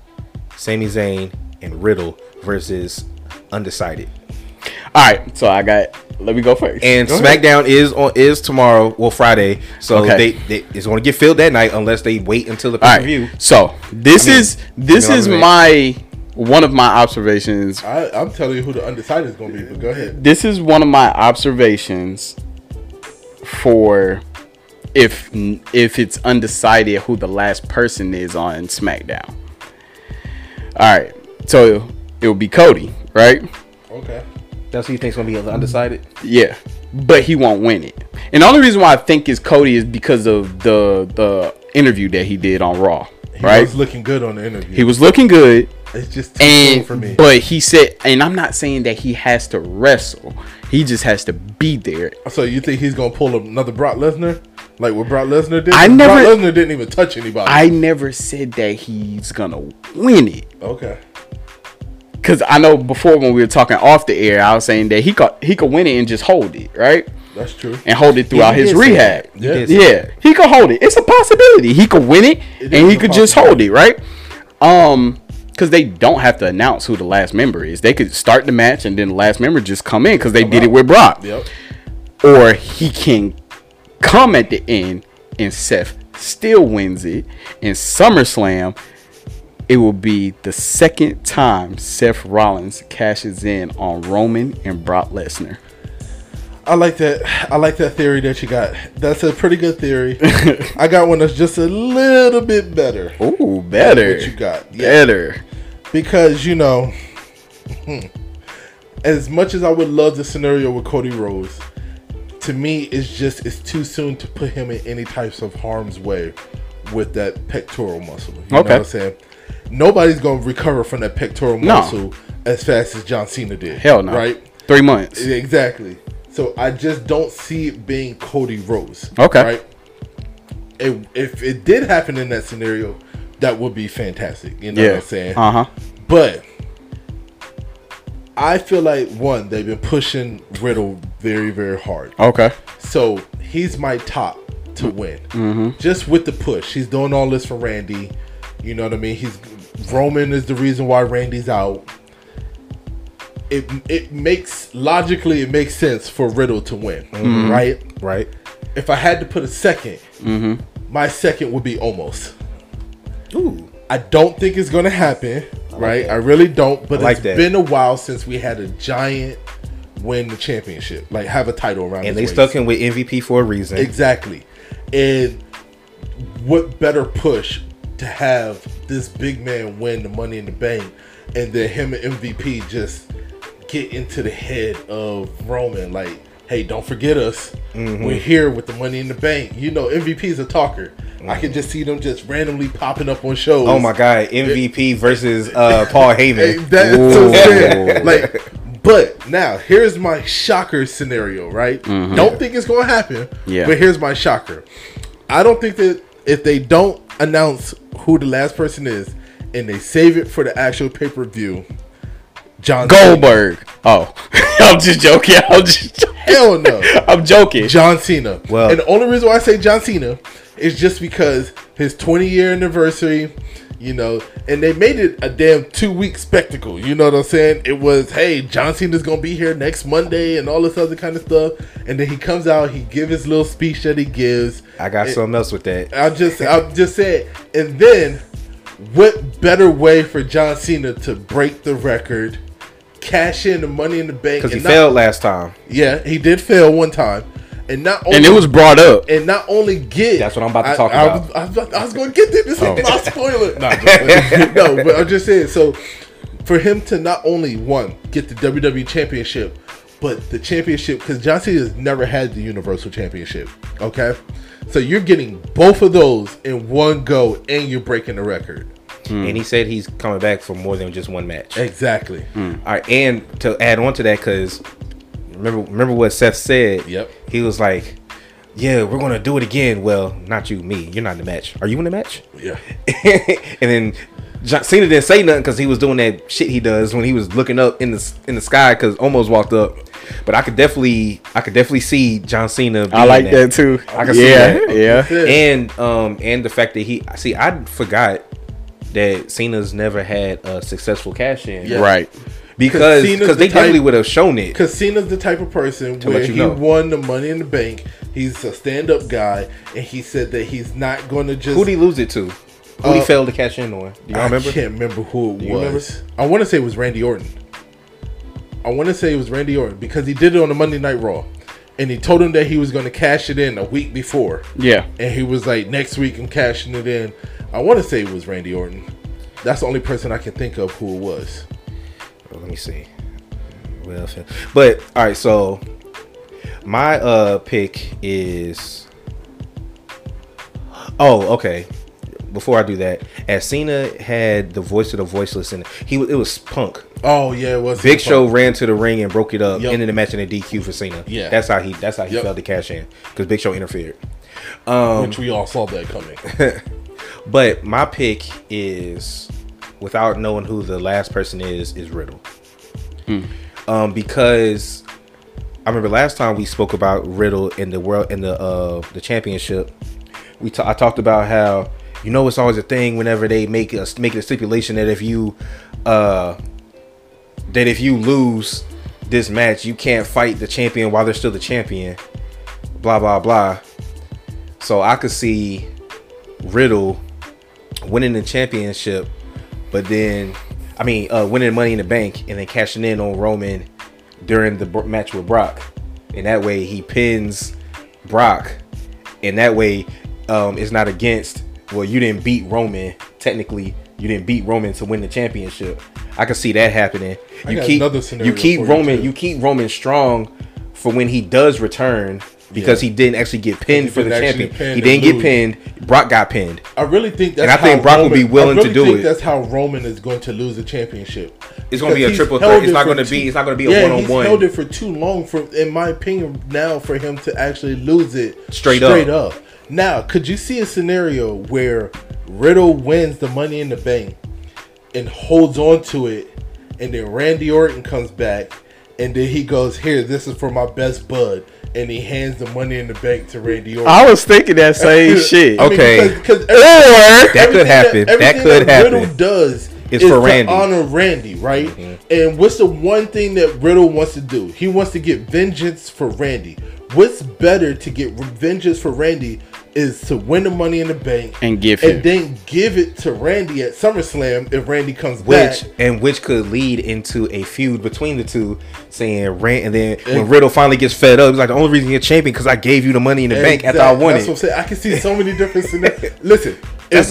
S3: Sami Zayn, and Riddle versus undecided.
S1: All right. So I got. Let me go first.
S3: And
S1: Go ahead.
S3: SmackDown is on is tomorrow, well Friday. So
S1: Okay.
S3: they, they it's going to get filled that night unless they wait until the
S1: All
S3: pay per view.
S1: right. So this
S3: I mean,
S1: is this
S3: you know
S1: is
S3: what
S1: my one of my observations
S2: I, I'm telling you who the undecided is going to be. But go ahead.
S1: this is one of my observations for if if it's undecided who the last person is on SmackDown. All right, so it will be Cody, right?
S2: Okay.
S3: That's who you think's going to be undecided.
S1: Yeah, but he won't win it. And the only reason why I think is Cody is because of the the interview that he did on Raw,
S2: He
S1: right?
S2: was looking good on the interview.
S1: he was looking good.
S2: it's just too soon
S1: And
S2: for me.
S1: but he said, and I'm not saying that he has to wrestle. He just has to be there
S2: so you think he's going to pull another Brock Lesnar? Like what Brock Lesnar did?
S1: I never-
S2: Brock Lesnar didn't even touch anybody.
S1: I never said that he's gonna win it.
S2: okay.
S1: Cause I know before when we were talking off the air, I was saying that he could he could win it and just hold it, right?
S2: That's true.
S1: And hold it throughout
S3: he
S1: his
S3: did say
S1: rehab.
S3: that. He did say
S1: Yeah. He could hold it. It's a possibility. He could win it,
S2: It
S1: and
S2: is
S1: he
S2: a
S1: could just hold it, right? Um because they don't have to announce who the last member is. They could start the match and then the last member just come in because they did it with Brock.
S2: Yep.
S1: Or he can come at the end and Seth still wins it in SummerSlam It will be the second time Seth Rollins cashes in on Roman and Brock Lesnar.
S2: I like that. I like that theory that you got. That's a pretty good
S1: [laughs]
S2: theory. I got one that's just a little bit better.
S1: Ooh, better.
S2: What you got? Yeah.
S1: Better.
S2: because you know, [laughs] as much as I would love the scenario with Cody Rhodes, to me it's just it's too soon to put him in any types of harm's way with that pectoral muscle. You know what
S1: Okay.
S2: I'm saying? Nobody's gonna recover from that pectoral
S1: No.
S2: muscle as fast as John Cena did.
S1: Hell no.
S2: Right?
S1: Three months.
S2: Exactly. So I just don't see it being Cody Rhodes.
S1: Okay.
S2: Right. It, if it did happen in that scenario, that would be fantastic. You know what
S1: Yeah.
S2: I'm saying?
S1: Uh huh.
S2: But I feel like one, they've been pushing Riddle very, very hard.
S1: Okay.
S2: So he's my top to win. Just with the push. He's doing all this for Randy. You know what I mean? He's Roman is the reason why Randy's out. It it makes logically it makes sense for Riddle to win. Right?
S3: Right.
S2: If I had to put a 2nd my second would be almost.
S3: Ooh.
S2: I don't think it's gonna happen, right? I really don't. But
S3: I like
S2: it's
S3: that.
S2: been a while since we had a giant win the championship, like have a title around.
S3: And they
S2: his
S3: stuck
S2: waist.
S3: him with MVP for a reason.
S2: exactly. And what better push to have this big man win the Money in the Bank, and then him and MVP just get into the head of Roman, like, hey, don't forget us.
S3: Mm-hmm.
S2: We're here with the Money in the Bank. You know, MVP's a talker. I can just see them just randomly popping up on shows.
S3: Mm-hmm. Oh my God, MVP versus uh,
S2: [laughs]
S3: Paul
S2: Hey,
S3: Heyman.
S2: that's what I'm saying.
S1: Ooh.
S2: Like, but now here's my shocker scenario, right? Don't think it's gonna happen.
S1: Mm-hmm. Yeah.
S2: But here's my shocker. I don't think that if they don't announce who the last person is and they save it for the actual pay per view, John
S1: Goldberg. Oh, [laughs] I'm just joking. I'm just. [laughs] joking.
S2: Cena, hell no,
S1: I'm joking.
S2: John Cena.
S3: Well-
S2: and the only reason why I say John Cena is just because his 20 year anniversary. You know, and they made it a damn two week spectacle. You know what I'm saying? It was, hey, John Cena's gonna be here next Monday and all this other kind of stuff. And then he comes out, he gives his little speech that he gives.
S3: I got something else with that.
S2: I'm just, I'm just saying. And then, what better way for John Cena to break the record, cash in the money in the bank?
S3: Because he
S2: and not-
S3: failed last time.
S2: Yeah, he did fail one time, and not only
S1: And it was brought up.
S2: and not only get
S3: That's what I'm about to
S2: I-
S3: talk
S2: I,
S3: about. Oh.
S2: was- I was, about- I was going to get there. This is my
S3: [laughs]
S2: spoiler. Nah, just- [laughs] no, but I'm just saying. So for him to not only one get the WWE Championship, but the championship because John Cena has never had the Universal Championship. Okay, so you're getting both of those in one go, and you're breaking the record.
S3: And he said he's coming back for more than just one match.
S2: Exactly.
S3: All right, and to add on to that, because remember, remember what Seth said.
S2: Yep.
S3: He was like, "Yeah, we're gonna do it again." Well, not you, me. You're not in the match. Are you in the match?
S2: Yeah.
S3: [laughs] and then John Cena didn't say nothing because he was doing that shit he does when he was looking up in the in the sky because almost walked up. But I could definitely, I could definitely see John Cena.
S1: I
S3: being
S1: like that too.
S3: I can see
S1: yeah,
S3: that.
S1: yeah.
S2: Yeah.
S3: And um, and the fact that he see, I forgot that Cena's never had a successful cash in.
S2: Yeah.
S1: Right.
S3: Because
S2: Cena's
S3: because they
S2: the type-
S3: definitely would have shown it.
S2: Because Cena's the type of person
S3: let
S2: where
S3: you
S2: he
S3: know.
S2: won the Money in the Bank. He's a stand-up guy, and he said that he's not going to just.
S3: Who did he lose it to? Who did
S2: Uh,
S3: he fail to cash in on? Do y'all
S2: I
S3: remember?
S2: can't remember who it
S3: you remember?
S2: was. I want to say it was Randy Orton. I want to say it was Randy Orton because he did it on the Monday Night Raw, and he told him that he was going to cash it in a week before,
S1: Yeah.
S2: and he was like, "Next week I'm cashing it in." I want to say it was Randy Orton. That's the only person I can think of who it was.
S3: Well, let me see. What else? But all right, so my uh pick is. Oh, okay. Before I do that, as Cena had the voice of the voiceless, and he was- it was Punk.
S2: Oh yeah, it was
S3: Big Show ran to the ring and broke it up,
S2: Yup.
S3: ended the match in a DQ for Cena.
S2: Yeah.
S3: that's how he that's how he
S2: Yup.
S3: failed to cash in because Big Show interfered.
S2: which we all saw that coming.
S3: But my pick is, without knowing who the last person is, is Riddle. Um, because I remember last time we spoke about Riddle in the world in the uh the championship. We ta- I talked about how you know it's always a thing whenever they make a make it a stipulation that if you uh that if you lose this match you can't fight the champion while they're still the champion. Blah blah blah. So I could see Riddle winning the championship But then, I mean, uh, winning Money in the Bank and then cashing in on Roman during the br- match with Brock, and that way he pins Brock, and that way um, it's not against. Well, you didn't beat Roman. Technically, you didn't beat Roman to win the championship. I can see that happening.
S2: I
S3: You
S2: got
S3: keep
S2: another
S3: you
S2: scenario
S3: keep
S2: for you,
S3: Roman
S2: too.
S3: you keep Roman strong for when he does return because
S2: Yeah.
S3: he didn't actually get pinned for the
S2: didn't actually
S3: champion.
S2: pin
S3: He
S2: and
S3: didn't get
S2: lose.
S3: pinned. Brock got pinned.
S2: I really think that's
S3: And I think
S2: how
S3: Brock will
S2: Roman-
S3: be willing
S2: I
S3: to
S2: really
S3: do
S2: think
S3: it.
S2: That's how Roman is going to lose the championship.
S3: It's gonna be
S2: Because
S3: a
S2: he's
S3: triple
S2: held
S3: threat. It's
S2: it
S3: not
S2: for
S3: gonna
S2: too-
S3: be- it's not gonna be a
S2: yeah,
S3: one-on-one.
S2: He's held it for too long. For in my opinion, now for him to actually lose it
S3: Straight up.
S2: straight up. Now, could you see a scenario where Riddle wins the Money in the Bank and holds on to it, and then Randy Orton comes back, and then he goes, "Here, this is for my best bud," and he hands the Money in the Bank to Randy [laughs] Orton.
S1: I was thinking that
S3: [laughs]
S1: same shit.
S3: Okay.
S2: because
S1: Or
S3: That could happen. That,
S2: everything
S3: could happen.
S2: Riddle does
S3: It's
S2: is
S3: for
S2: to
S3: Randy. Mm-hmm.
S2: honor Randy, right? And what's the one thing that Riddle wants to do? He wants to get vengeance for Randy. What's better to get re- vengeance for Randy is to win the money in the bank
S1: And give him.
S2: and then give it to Randy at SummerSlam if Randy comes
S3: which
S2: back.
S3: and which could lead into a feud between the two, saying rant, and then when Riddle finally gets fed up, he's like, "The only reason you're champion because I gave you the money in the bank after I
S2: Exactly.
S3: won
S2: That's
S3: it."
S2: what I'm saying. I can see so many different
S3: [laughs]
S2: scenarios. Listen,
S3: That's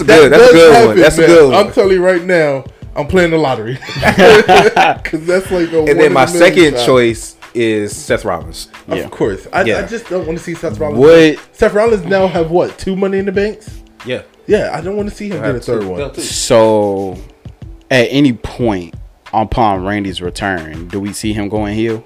S2: if
S3: a good-
S2: that
S3: that's
S2: does
S3: a good one. That's a good one.
S2: I'm telling you right now, I'm playing the
S3: [laughs]
S2: lottery [laughs] because that's like a.
S3: and then my second choice is Seth Rollins.
S2: of
S1: Yeah.
S2: course. I,
S3: Yeah.
S2: I just don't want to see Seth Rollins.
S1: What?
S2: Seth Rollins now have what two Money in the Banks?
S3: Yeah,
S2: Yeah, I don't want to see him get a third one.
S1: So, at any point upon Randy's return, do we see him going heel?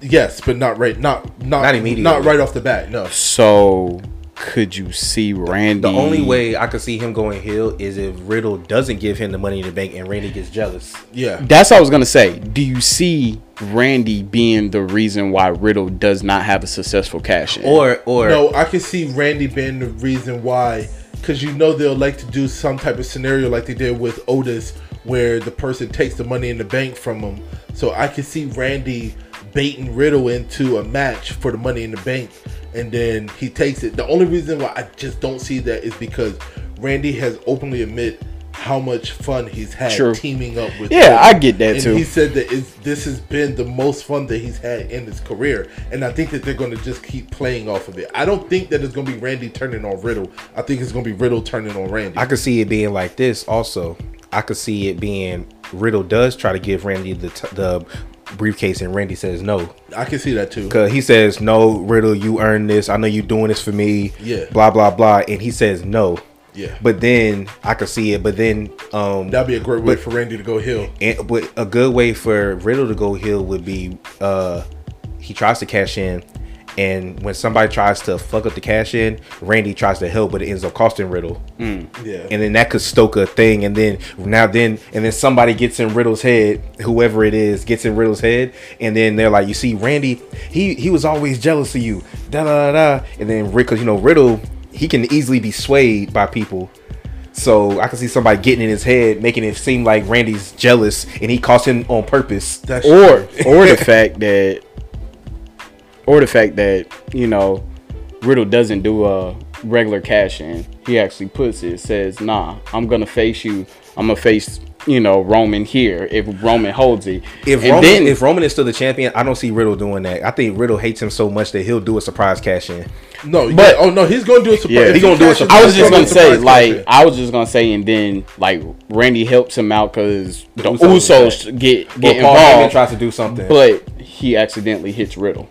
S2: Yes, but not right. Not not
S3: Not
S2: not
S3: immediately.
S2: Not right off the bat. No.
S1: So, could you see Randy?
S3: The only way I could see him going heel is if Riddle doesn't give him the money in the bank and Randy gets jealous.
S2: Yeah.
S1: That's what I was gonna say. Do you see Randy being the reason why Riddle does not have a successful cash in?
S3: Or or
S2: No, I can see Randy being the reason why, because you know they'll like to do some type of scenario like they did with Otis, where the person takes the money in the bank from him. So I can see Randy baiting Riddle into a match for the money in the bank, and then he takes it. The only reason why I just don't see that is because Randy has openly admit how much fun he's had
S1: True.
S2: teaming up with.
S1: Yeah,
S2: Riddle.
S1: I get that
S2: and
S1: too.
S2: He said that it's, this has been the most fun that he's had in his career, and I think that they're going to just keep playing off of it. I don't think that it's going to be Randy turning on Riddle. I think it's going to be Riddle turning on Randy.
S3: I could see it being like this. Also, I could see it being Riddle does try to give Randy the t- the briefcase, and Randy says no.
S2: I can see that too.
S3: Cause he says no, Riddle. You earned this. I know you doing this for me.
S2: Yeah.
S3: Blah blah blah. And he says no.
S2: Yeah.
S3: But then I could see it. But then um,
S2: That'd be a great way for Randy to go heel.
S3: and, but a good way for Riddle to go heel would be uh he tries to cash in, and when somebody tries to fuck up the cash in, Randy tries to help, but it ends up costing Riddle,
S2: Yeah.
S3: and then that could stoke a thing, and then now then and then somebody gets in Riddle's head, whoever it is gets in Riddle's head, and then they're like, you see Randy, he he was always jealous of you, da da da, da." and then because you know Riddle, he can easily be swayed by people. So I can see somebody getting in his head, making it seem like Randy's jealous and he cost him on purpose.
S2: That's
S3: [laughs]
S1: or or the fact that or the fact that you know Riddle doesn't do a regular cash in. He actually puts it says, "Nah, I'm gonna face you. I'm gonna face you know Roman here if Roman holds it."
S3: If
S1: and
S3: Roman,
S1: then
S3: if Roman is still the champion, I don't see Riddle doing that. I think Riddle hates him so much that he'll do a surprise cash in.
S2: no,
S1: but-
S2: but oh no, he's going to do a surprise.
S1: Yeah.
S2: if
S1: He
S3: gonna do a
S2: cashes in,
S3: surprise.
S1: I was
S2: he's
S1: just
S2: do
S1: gonna
S2: a
S1: say,
S2: surprise
S1: like,
S2: cash
S1: I was just gonna say, and then like Randy helps him out because the
S3: Usos
S1: Usos, get get
S3: But Paul Heyman
S1: involved,
S3: tries to do something.
S1: but he accidentally hits Riddle.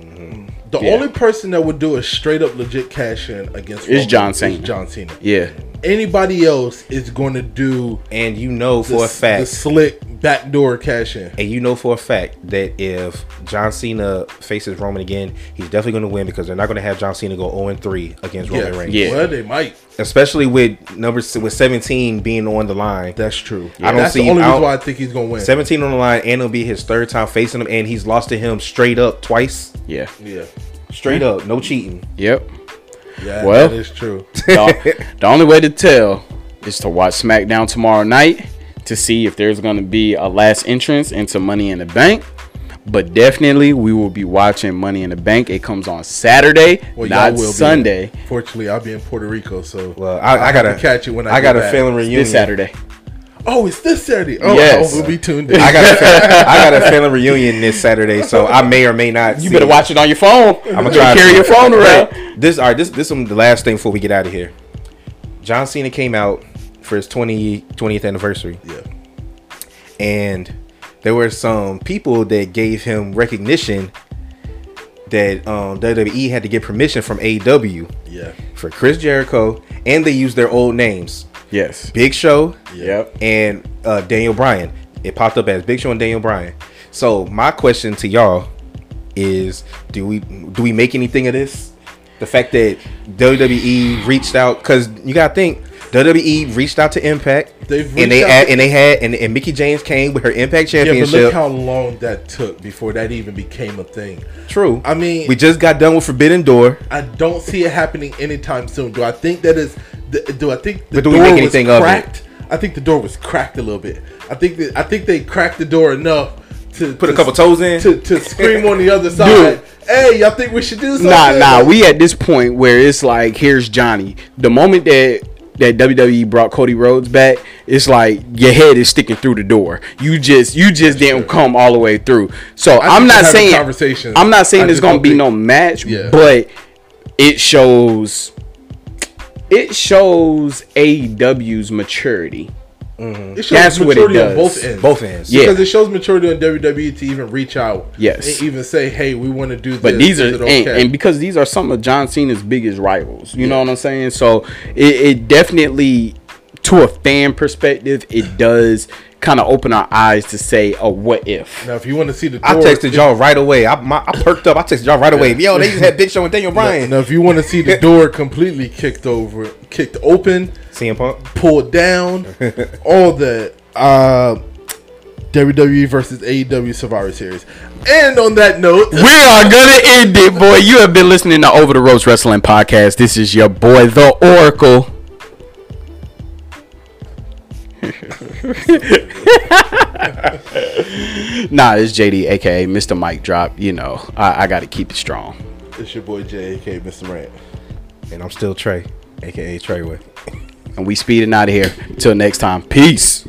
S2: in. the
S1: yeah.
S2: only person that would do a straight up legit cash in against
S1: It's John Cena.
S2: John Cena.
S1: Yeah,
S2: Anybody else is going to do
S3: and you know for
S2: the,
S3: a
S2: s- the
S3: fact,
S2: slick backdoor cash in.
S3: and you know for a fact that if John Cena faces Roman again, he's definitely going to win because they're not going to have John Cena go 0 3 against Roman Reigns.
S1: Yeah.
S2: Well, they might.
S3: Especially with number s- with 17 being on the line.
S2: That's true.
S3: I don't
S2: That's
S3: see-
S2: the only
S3: I
S2: reason
S3: don't-
S2: why I think he's gonna win.
S3: 17 on the line, and it'll be his third time facing him, and he's lost to him straight up twice.
S1: yeah,
S2: Yeah,
S3: Straight up, no cheating.
S1: yep.
S2: yeah.
S1: Well.
S2: that is
S3: [laughs]
S2: true.
S1: the, the only way to tell is to watch SmackDown tomorrow night to see if there's going to be a last entrance into Money in the Bank. But definitely, we will be watching Money in the Bank. It comes on Saturday,
S2: Well, y'all
S1: not
S2: will be.
S1: Sunday.
S2: Fortunately, I'll be in Puerto Rico, so
S3: Well, I, I
S2: I'll
S3: gotta
S2: have to catch it when I get
S3: got a
S2: back.
S3: family reunion
S1: This Saturday.
S2: Oh, it's this Saturday. Oh,
S1: Yes.
S2: oh, we'll be tuned in.
S3: I got a fa- I got a family reunion this Saturday, so I may or may not.
S1: You better watch it on your phone.
S3: I'm
S1: I'm
S3: gonna
S1: gonna
S3: try to-
S1: carry your phone around.
S2: [laughs]
S3: Hey, This all right. This this is the last thing before we get out of here. John Cena came out for his 20, 20th anniversary,
S2: [laughs] yeah.
S3: and there were some people that gave him recognition that um, WWE had to get permission from AEW
S2: Yeah.
S3: for Chris Jericho, and they used their old names,
S1: Yes.
S3: Big Show
S1: Yep.
S3: and uh, Daniel Bryan. It popped up as Big Show and Daniel Bryan. So my question to y'all is: Do we do we make anything of this? The fact that WWE reached out because you gotta think WWE reached out to Impact,
S2: They've
S3: and they
S2: reached out
S3: had,
S2: to-
S3: and they had and, and Mickey James came with her Impact
S2: Yeah, but
S3: Championship.
S2: look how long that took before that even became a thing.
S3: True.
S2: I mean-
S3: we just got done with Forbidden Door.
S2: I don't see it happening anytime soon. Do I think that is? th- Do I think the
S3: But do we make anything of it?
S2: cracked? I think the door was cracked a little bit. I think that I think they cracked the door enough to
S3: Put a
S2: to-
S3: couple toes in.
S2: to, to scream
S3: [laughs]
S2: on the other side. Hey, y'all think we should do something?
S1: Nah, nah. We at this point where it's like, here's Johnny. The moment that that WWE brought Cody Rhodes back, it's like your head is sticking through the door. You just you just didn't come all the way through. So
S2: think
S1: I'm
S2: we're
S1: not
S2: having
S1: saying
S2: conversations.
S1: I'm not
S2: I
S1: saying there's
S2: just
S1: gonna
S2: don't
S1: be
S2: think-
S1: no match,
S2: Yeah.
S1: but it shows it shows AEW's maturity.
S2: It shows
S1: That's what it
S2: maturity on
S1: does.
S2: both ends.
S3: Both ends.
S1: Yeah.
S2: Because it shows maturity on WWE to even reach out.
S1: Yes.
S2: And even say, hey, we want to do this.
S1: But these
S2: Is
S1: are
S2: it
S1: and, and because these are some of John Cena's biggest rivals. You know what I'm saying? So it, it definitely, to a fan perspective, it does kind of open our eyes to say, "Oh, what if?"
S2: now, if you want to see the door,
S3: I texted y'all right away. I, my, I perked up. I texted y'all right away. Yo, they just had Big Show
S2: [laughs]
S3: and Daniel Bryan.
S2: Now, if you want to see
S3: [laughs]
S2: the door completely kicked over, kicked open,
S3: CM Punk.
S2: pulled [laughs] down, all that. Uh, WWE versus AEW Survivor Series. And on that note,
S1: We are gonna end it, boy. You have been listening to Over the Ropes Wrestling Podcast. This is your boy, the Oracle. [laughs] nah, it's JD, aka Mr. Mike Drop. You know, I, I got to keep it strong.
S2: it's your boy J.A.K. Mr. Rant.
S3: And I'm still Trey, aka Treyway.
S1: and we speeding out of here. Till next time, peace.